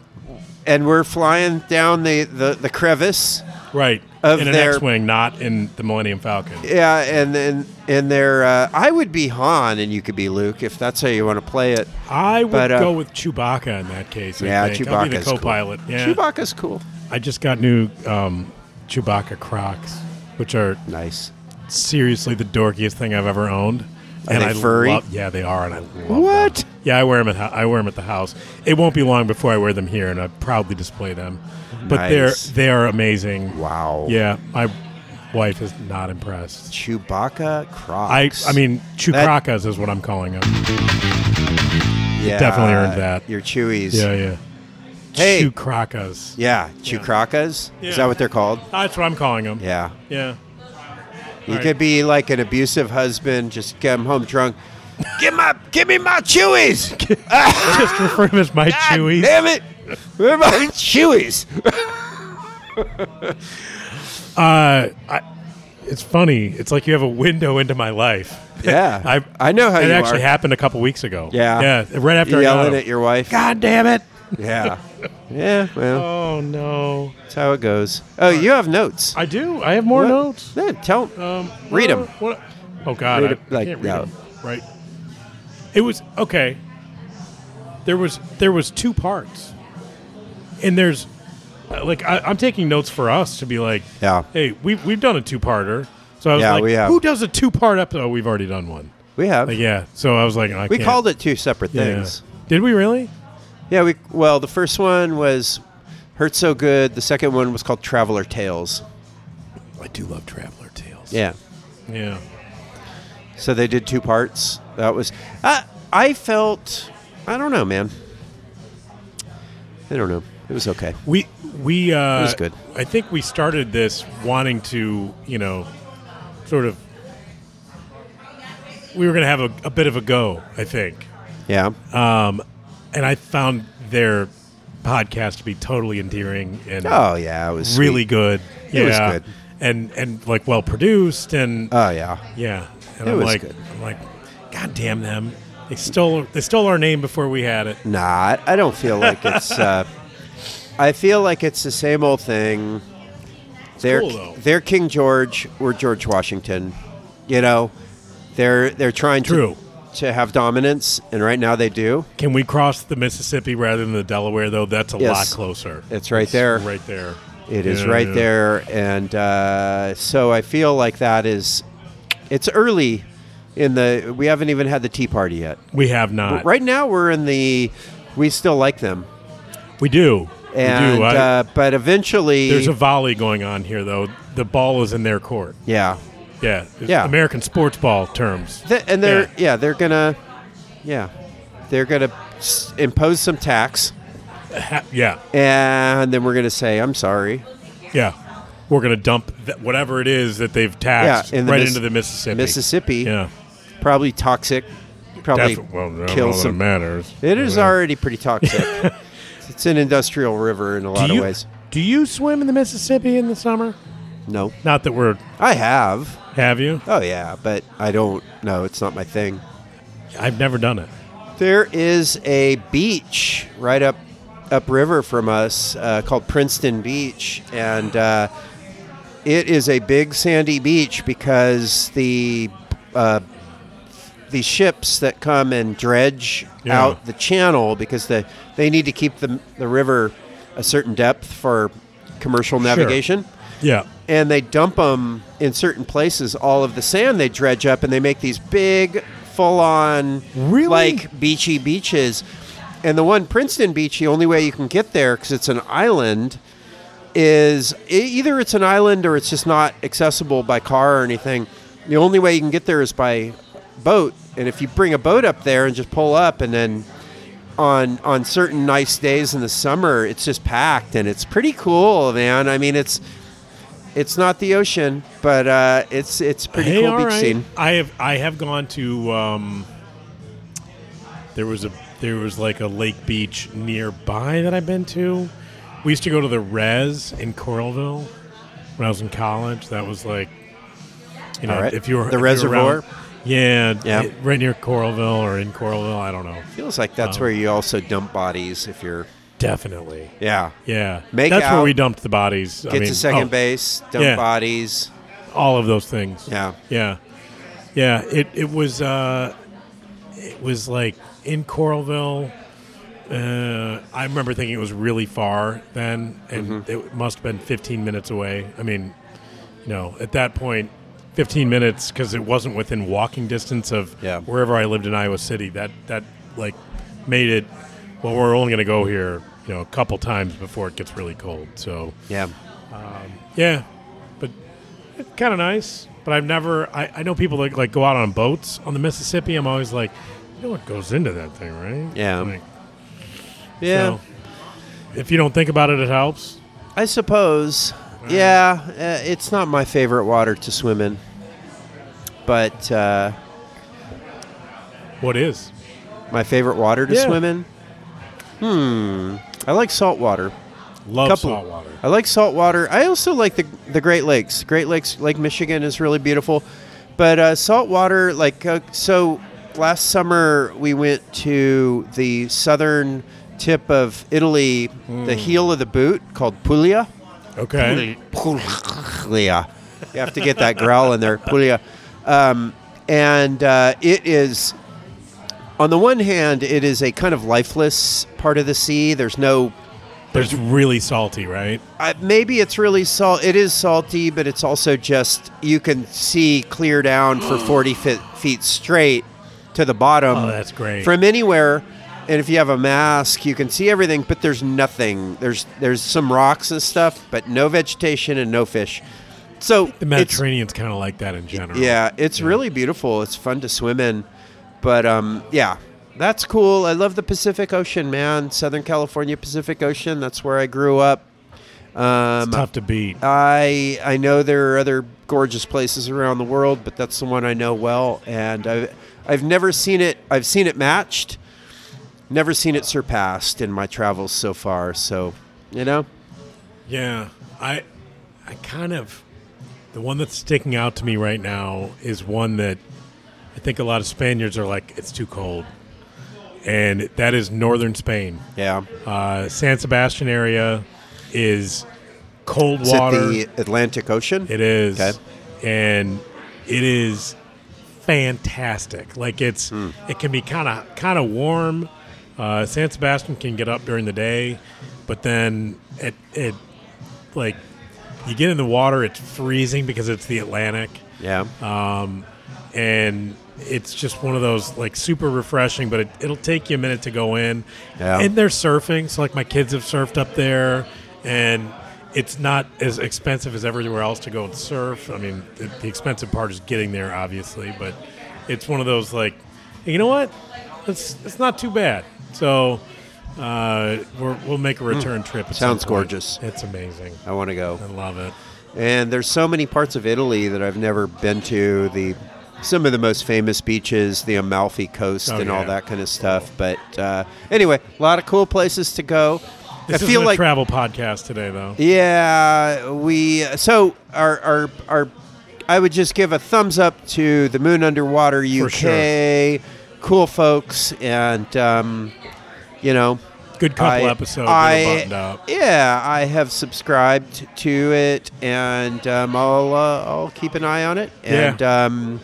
Speaker 1: And we're flying down the, the, the crevice.
Speaker 2: Right.
Speaker 1: of
Speaker 2: in an
Speaker 1: their-
Speaker 2: X-wing, not in the Millennium Falcon.
Speaker 1: Yeah, and then and there, uh, I would be Han, and you could be Luke if that's how you want to play it.
Speaker 2: I would
Speaker 1: But, uh,
Speaker 2: go with Chewbacca in that case. I
Speaker 1: Yeah,
Speaker 2: think. I'll be the
Speaker 1: Chewbacca's cool.
Speaker 2: co-pilot. Yeah.
Speaker 1: Chewbacca's cool.
Speaker 2: I just got new um, Chewbacca Crocs, which are
Speaker 1: Nice.
Speaker 2: seriously the dorkiest thing I've ever owned. and
Speaker 1: they
Speaker 2: I
Speaker 1: furry?
Speaker 2: love- yeah, they are, and I love them.
Speaker 1: What?
Speaker 2: Yeah, I wear them at ho- I wear 'em at the house. It won't be long before I wear them here, and I proudly display them. But
Speaker 1: Nice.
Speaker 2: they're they are amazing.
Speaker 1: Wow.
Speaker 2: Yeah, my wife is not impressed.
Speaker 1: Chewbacca
Speaker 2: I
Speaker 1: Crocs.
Speaker 2: I mean
Speaker 1: That-
Speaker 2: Chewbacca's is what I'm calling them.
Speaker 1: yeah,
Speaker 2: definitely earned that.
Speaker 1: Your Chewies.
Speaker 2: Yeah, yeah.
Speaker 1: Hey.
Speaker 2: Chewcracas.
Speaker 1: Yeah, chukracas. Is
Speaker 2: Yeah.
Speaker 1: that what they're called?
Speaker 2: That's what I'm calling them.
Speaker 1: Yeah.
Speaker 2: Yeah.
Speaker 1: You
Speaker 2: Right.
Speaker 1: could be like an abusive husband, just come home drunk. Give my, give me my chewies.
Speaker 2: Just refer to them as my
Speaker 1: God
Speaker 2: (laughs) Chewies.
Speaker 1: Damn it, where are my chewies?
Speaker 2: Uh, I, it's funny. It's like you have a window into my life.
Speaker 1: Yeah,
Speaker 2: I
Speaker 1: (laughs) I know how
Speaker 2: it
Speaker 1: you
Speaker 2: actually
Speaker 1: are.
Speaker 2: happened a couple weeks ago.
Speaker 1: Yeah.
Speaker 2: yeah, right after
Speaker 1: You
Speaker 2: I got
Speaker 1: yelling
Speaker 2: him.
Speaker 1: at your wife.
Speaker 2: God damn it!
Speaker 1: Yeah, yeah.
Speaker 2: (laughs)
Speaker 1: Well,
Speaker 2: Oh no,
Speaker 1: that's how it goes. Oh, you have notes.
Speaker 2: I do. I have more
Speaker 1: What?
Speaker 2: notes.
Speaker 1: Yeah, tell.
Speaker 2: Um,
Speaker 1: Read
Speaker 2: what-
Speaker 1: 'em.
Speaker 2: What? Oh God,
Speaker 1: Read
Speaker 2: I
Speaker 1: 'em, like,
Speaker 2: can't read
Speaker 1: no.
Speaker 2: 'em. Right. It was okay. There was there was two parts, and there's uh, like I, I'm taking notes for us to be like,
Speaker 1: Yeah.
Speaker 2: hey, we've we've done a two parter. So I was
Speaker 1: Yeah,
Speaker 2: like,
Speaker 1: we have.
Speaker 2: who does a two part episode? Oh, we've already done one.
Speaker 1: we have.
Speaker 2: Like, yeah. So I was like, I
Speaker 1: we
Speaker 2: can't-
Speaker 1: called it two separate
Speaker 2: yeah.
Speaker 1: things.
Speaker 2: Did we really?
Speaker 1: Yeah. We well, the first one was hurt so good. The second one was called Traveler Tales.
Speaker 2: I do love Traveler Tales.
Speaker 1: Yeah.
Speaker 2: Yeah.
Speaker 1: So they did two parts. That was I. I felt I don't know, man. I don't know. It was okay.
Speaker 2: We we uh,
Speaker 1: was good.
Speaker 2: I think we started this wanting to you know, sort of. We were going to have a, a bit of a go, I think,
Speaker 1: Yeah.
Speaker 2: um, and I found their podcast to be totally endearing and
Speaker 1: oh yeah, it was
Speaker 2: really
Speaker 1: sweet.
Speaker 2: good. Yeah,
Speaker 1: was good.
Speaker 2: and and like well produced and
Speaker 1: Oh yeah.
Speaker 2: yeah. And
Speaker 1: It
Speaker 2: I'm
Speaker 1: was
Speaker 2: like,
Speaker 1: good.
Speaker 2: I'm like, God damn them! They stole they stole our name before we had it.
Speaker 1: Nah, I- I don't feel like it's. Uh, I feel like it's the same old thing. They're
Speaker 2: cool, though.
Speaker 1: they're King George. We're George Washington. You know, they're they're trying
Speaker 2: True.
Speaker 1: to to have dominance, and right now they do.
Speaker 2: Can we cross the Mississippi rather than the Delaware though? That's a lot
Speaker 1: Yes.
Speaker 2: closer.
Speaker 1: It's right there.
Speaker 2: Right there.
Speaker 1: It is
Speaker 2: Yeah,
Speaker 1: right
Speaker 2: yeah.
Speaker 1: there, and uh, so I feel like that is. It's early in the. We haven't even had the Tea Party yet.
Speaker 2: We have not.
Speaker 1: Right now, we're in the. We still like them,
Speaker 2: We do. we
Speaker 1: and
Speaker 2: do. I-
Speaker 1: uh, but eventually,
Speaker 2: there's a volley going on here though. The ball is in their court.
Speaker 1: yeah,
Speaker 2: Yeah. It's
Speaker 1: Yeah.
Speaker 2: American sports ball terms.
Speaker 1: Th- and they're yeah. they're gonna yeah They're going to s- impose some tax,
Speaker 2: Ha- yeah,
Speaker 1: and then we're going to say, "I'm sorry."
Speaker 2: yeah. We're gonna dump th- whatever it is that they've taxed
Speaker 1: in the
Speaker 2: right
Speaker 1: Mis-
Speaker 2: into the Mississippi.
Speaker 1: Mississippi,
Speaker 2: Yeah.
Speaker 1: probably toxic. Probably
Speaker 2: Defi- well, I don't know
Speaker 1: kills
Speaker 2: that it
Speaker 1: some.
Speaker 2: matters.
Speaker 1: It is
Speaker 2: Yeah.
Speaker 1: already pretty toxic.
Speaker 2: (laughs)
Speaker 1: it's an industrial river in a lot
Speaker 2: do you,
Speaker 1: of ways.
Speaker 2: Do you swim in the Mississippi in the summer?
Speaker 1: No,
Speaker 2: Not that we're
Speaker 1: I have.
Speaker 2: have you.
Speaker 1: Oh yeah, but I don't. No, it's not my thing.
Speaker 2: I've never done it.
Speaker 1: There is a beach right up upriver from us uh, called Princeton Beach, and uh, it is a big sandy beach because the uh, the ships that come and dredge
Speaker 2: Yeah.
Speaker 1: out the channel because the, they need to keep the, the river a certain depth for commercial navigation
Speaker 2: Yeah.
Speaker 1: and they dump them in certain places. All of the sand they dredge up, and they make these big, full-on,
Speaker 2: Really?
Speaker 1: like beachy beaches. And the one Princeton Beach, the only way you can get there because it's an island, is e- either it's an island or it's just not accessible by car or anything. The only way you can get there is by boat. And if you bring a boat up there and just pull up, and then on on certain nice days in the summer, it's just packed, and it's pretty cool, man. I mean, it's it's not the ocean, but uh, it's it's pretty
Speaker 2: hey,
Speaker 1: cool
Speaker 2: all
Speaker 1: beach
Speaker 2: right.
Speaker 1: scene.
Speaker 2: I have I have gone to um there was a there was like a lake beach nearby that I've been to. We used to go to the Res in Coralville when I was in college. That was like you know,
Speaker 1: All right.
Speaker 2: if you were
Speaker 1: The
Speaker 2: if you were
Speaker 1: reservoir?
Speaker 2: around- yeah,
Speaker 1: Yeah.
Speaker 2: yeah, right near Coralville or in Coralville, I don't know.
Speaker 1: Feels like
Speaker 2: Um,
Speaker 1: that's where you also dump bodies if you're
Speaker 2: Definitely.
Speaker 1: yeah.
Speaker 2: Yeah.
Speaker 1: Make
Speaker 2: That's where
Speaker 1: out.
Speaker 2: we dumped the bodies. I
Speaker 1: Get
Speaker 2: mean,
Speaker 1: to second
Speaker 2: oh,
Speaker 1: base, dump
Speaker 2: Yeah.
Speaker 1: bodies.
Speaker 2: all of those things.
Speaker 1: Yeah.
Speaker 2: Yeah. Yeah. It it was uh it was like in Coralville. Uh, I remember thinking it was really far then, and it must have been 15 minutes away. I mean, you know, at that point, 15 minutes because it wasn't within walking distance of
Speaker 1: Yeah.
Speaker 2: wherever I lived in Iowa City. That that like made it. Well, we're only going to go here, you know, a couple times before it gets really cold. So
Speaker 1: Yeah.
Speaker 2: yeah, but it's kind of nice. But I've never. I, I know people that like go out on boats on the Mississippi. I'm always like, you know what goes into that thing, right?
Speaker 1: Yeah.
Speaker 2: Like,
Speaker 1: Yeah.
Speaker 2: so, if you don't think about it, it helps.
Speaker 1: I suppose. Yeah, uh, it's not my favorite water to swim in. But uh,
Speaker 2: What is?
Speaker 1: my favorite water to
Speaker 2: Yeah.
Speaker 1: swim in? Hmm. I like salt water.
Speaker 2: Love
Speaker 1: Couple-
Speaker 2: salt water.
Speaker 1: I like salt water. I also like the the Great Lakes. Great Lakes, Lake Michigan, is really beautiful, but uh, salt water, like uh, so. Last summer we went to the southern tip of Italy, the heel of the boot called Puglia.
Speaker 2: Okay.
Speaker 1: Puglia. You have to get that growl in there, Puglia. Um, and uh, it is, on the one hand, it is a kind of lifeless part of the sea. There's no
Speaker 2: There's really salty, right?
Speaker 1: I, maybe it's really salt. It is salty, but it's also just you can see clear down
Speaker 2: (gasps)
Speaker 1: for forty feet, feet straight to the bottom.
Speaker 2: Oh, that's great.
Speaker 1: From anywhere, and if you have a mask, you can see everything. But there's nothing. There's there's some rocks and stuff, but no vegetation and no fish. So
Speaker 2: The
Speaker 1: it's-
Speaker 2: Mediterranean's kind of like that in general.
Speaker 1: yeah, it's really beautiful. It's fun to swim in. But um, yeah, that's cool. I love the Pacific Ocean, man. Southern California Pacific Ocean. That's where I grew up. Um,
Speaker 2: Tough to beat.
Speaker 1: I I know there are other gorgeous places around the world, but that's the one I know well, and I've I've never seen it. I've seen it matched, never seen it surpassed in my travels so far. So, you know,
Speaker 2: Yeah, I, I kind of, the one that's sticking out to me right now is one that I think a lot of Spaniards are like, it's too cold, and that is northern Spain.
Speaker 1: yeah.
Speaker 2: Uh, San Sebastian area is cold
Speaker 1: Is
Speaker 2: water.
Speaker 1: it the Atlantic Ocean?
Speaker 2: It is.
Speaker 1: Okay.
Speaker 2: And it is fantastic. Like it's it can be kind of kind of warm. Uh, San Sebastian can get up during the day, but then it it like you get in the water, it's freezing because it's the Atlantic,
Speaker 1: Yeah,
Speaker 2: Uh, and it's just one of those like super refreshing. But it, it'll take you a minute to go in,
Speaker 1: Yeah.
Speaker 2: and they're surfing. So like my kids have surfed up there, and it's not as expensive as everywhere else to go and surf. I mean, the, the expensive part is getting there, obviously, but it's one of those like, you know what? it's it's not too bad. So uh, we're, we'll make a return trip. At some
Speaker 1: Hmm. Sounds
Speaker 2: point.
Speaker 1: gorgeous.
Speaker 2: It's amazing.
Speaker 1: I want to go.
Speaker 2: I love it.
Speaker 1: And there's so many parts of Italy that I've never been to. The some of the most famous beaches, the Amalfi Coast,
Speaker 2: Oh,
Speaker 1: and all
Speaker 2: yeah.
Speaker 1: that kind of stuff. But uh, anyway, a lot of cool places to go.
Speaker 2: This
Speaker 1: I
Speaker 2: is
Speaker 1: feel
Speaker 2: a
Speaker 1: like
Speaker 2: travel podcast today, though.
Speaker 1: yeah, we so our our our. I would just give a thumbs up to the Moon Underwater
Speaker 2: For
Speaker 1: UK,
Speaker 2: sure.
Speaker 1: cool folks, and um, you know
Speaker 2: Good couple
Speaker 1: I-
Speaker 2: episodes.
Speaker 1: I-
Speaker 2: little buttoned up.
Speaker 1: Yeah, I have subscribed to it, and um, I'll uh, I'll keep an eye on it.
Speaker 2: Yeah.
Speaker 1: And um,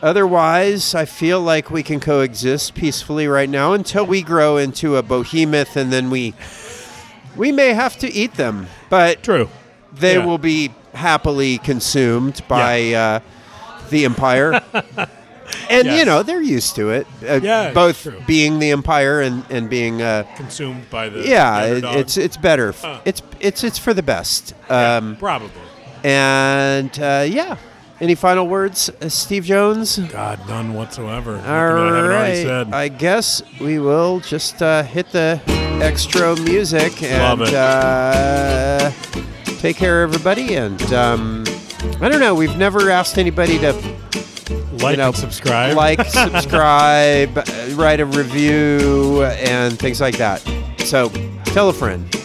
Speaker 1: otherwise, I feel like we can coexist peacefully right now until we grow into a behemoth, and then we we may have to eat them, but
Speaker 2: True.
Speaker 1: they
Speaker 2: Yeah.
Speaker 1: will be happily consumed by uh, the
Speaker 2: (laughs)
Speaker 1: empire. And you
Speaker 2: Yes.
Speaker 1: know they're used to it, uh,
Speaker 2: Yeah, it's
Speaker 1: both
Speaker 2: true.
Speaker 1: being the empire and and being uh,
Speaker 2: Consumed by the
Speaker 1: yeah, it,
Speaker 2: underdog.
Speaker 1: it's it's better. F-
Speaker 2: Huh.
Speaker 1: It's it's it's for the best.
Speaker 2: Yeah,
Speaker 1: Um,
Speaker 2: probably.
Speaker 1: And uh, yeah, any final words, uh, Steve Jones? All
Speaker 2: God, none whatsoever. Nothing I haven't already
Speaker 1: right, Uh,
Speaker 2: said.
Speaker 1: I guess we will just uh, hit the extra music and
Speaker 2: Love it.
Speaker 1: Uh, take care, everybody. And um, I don't know, we've never asked anybody to
Speaker 2: like
Speaker 1: you know,
Speaker 2: and subscribe. (laughs)
Speaker 1: like, subscribe, uh, write a review, and things like that. So tell a friend.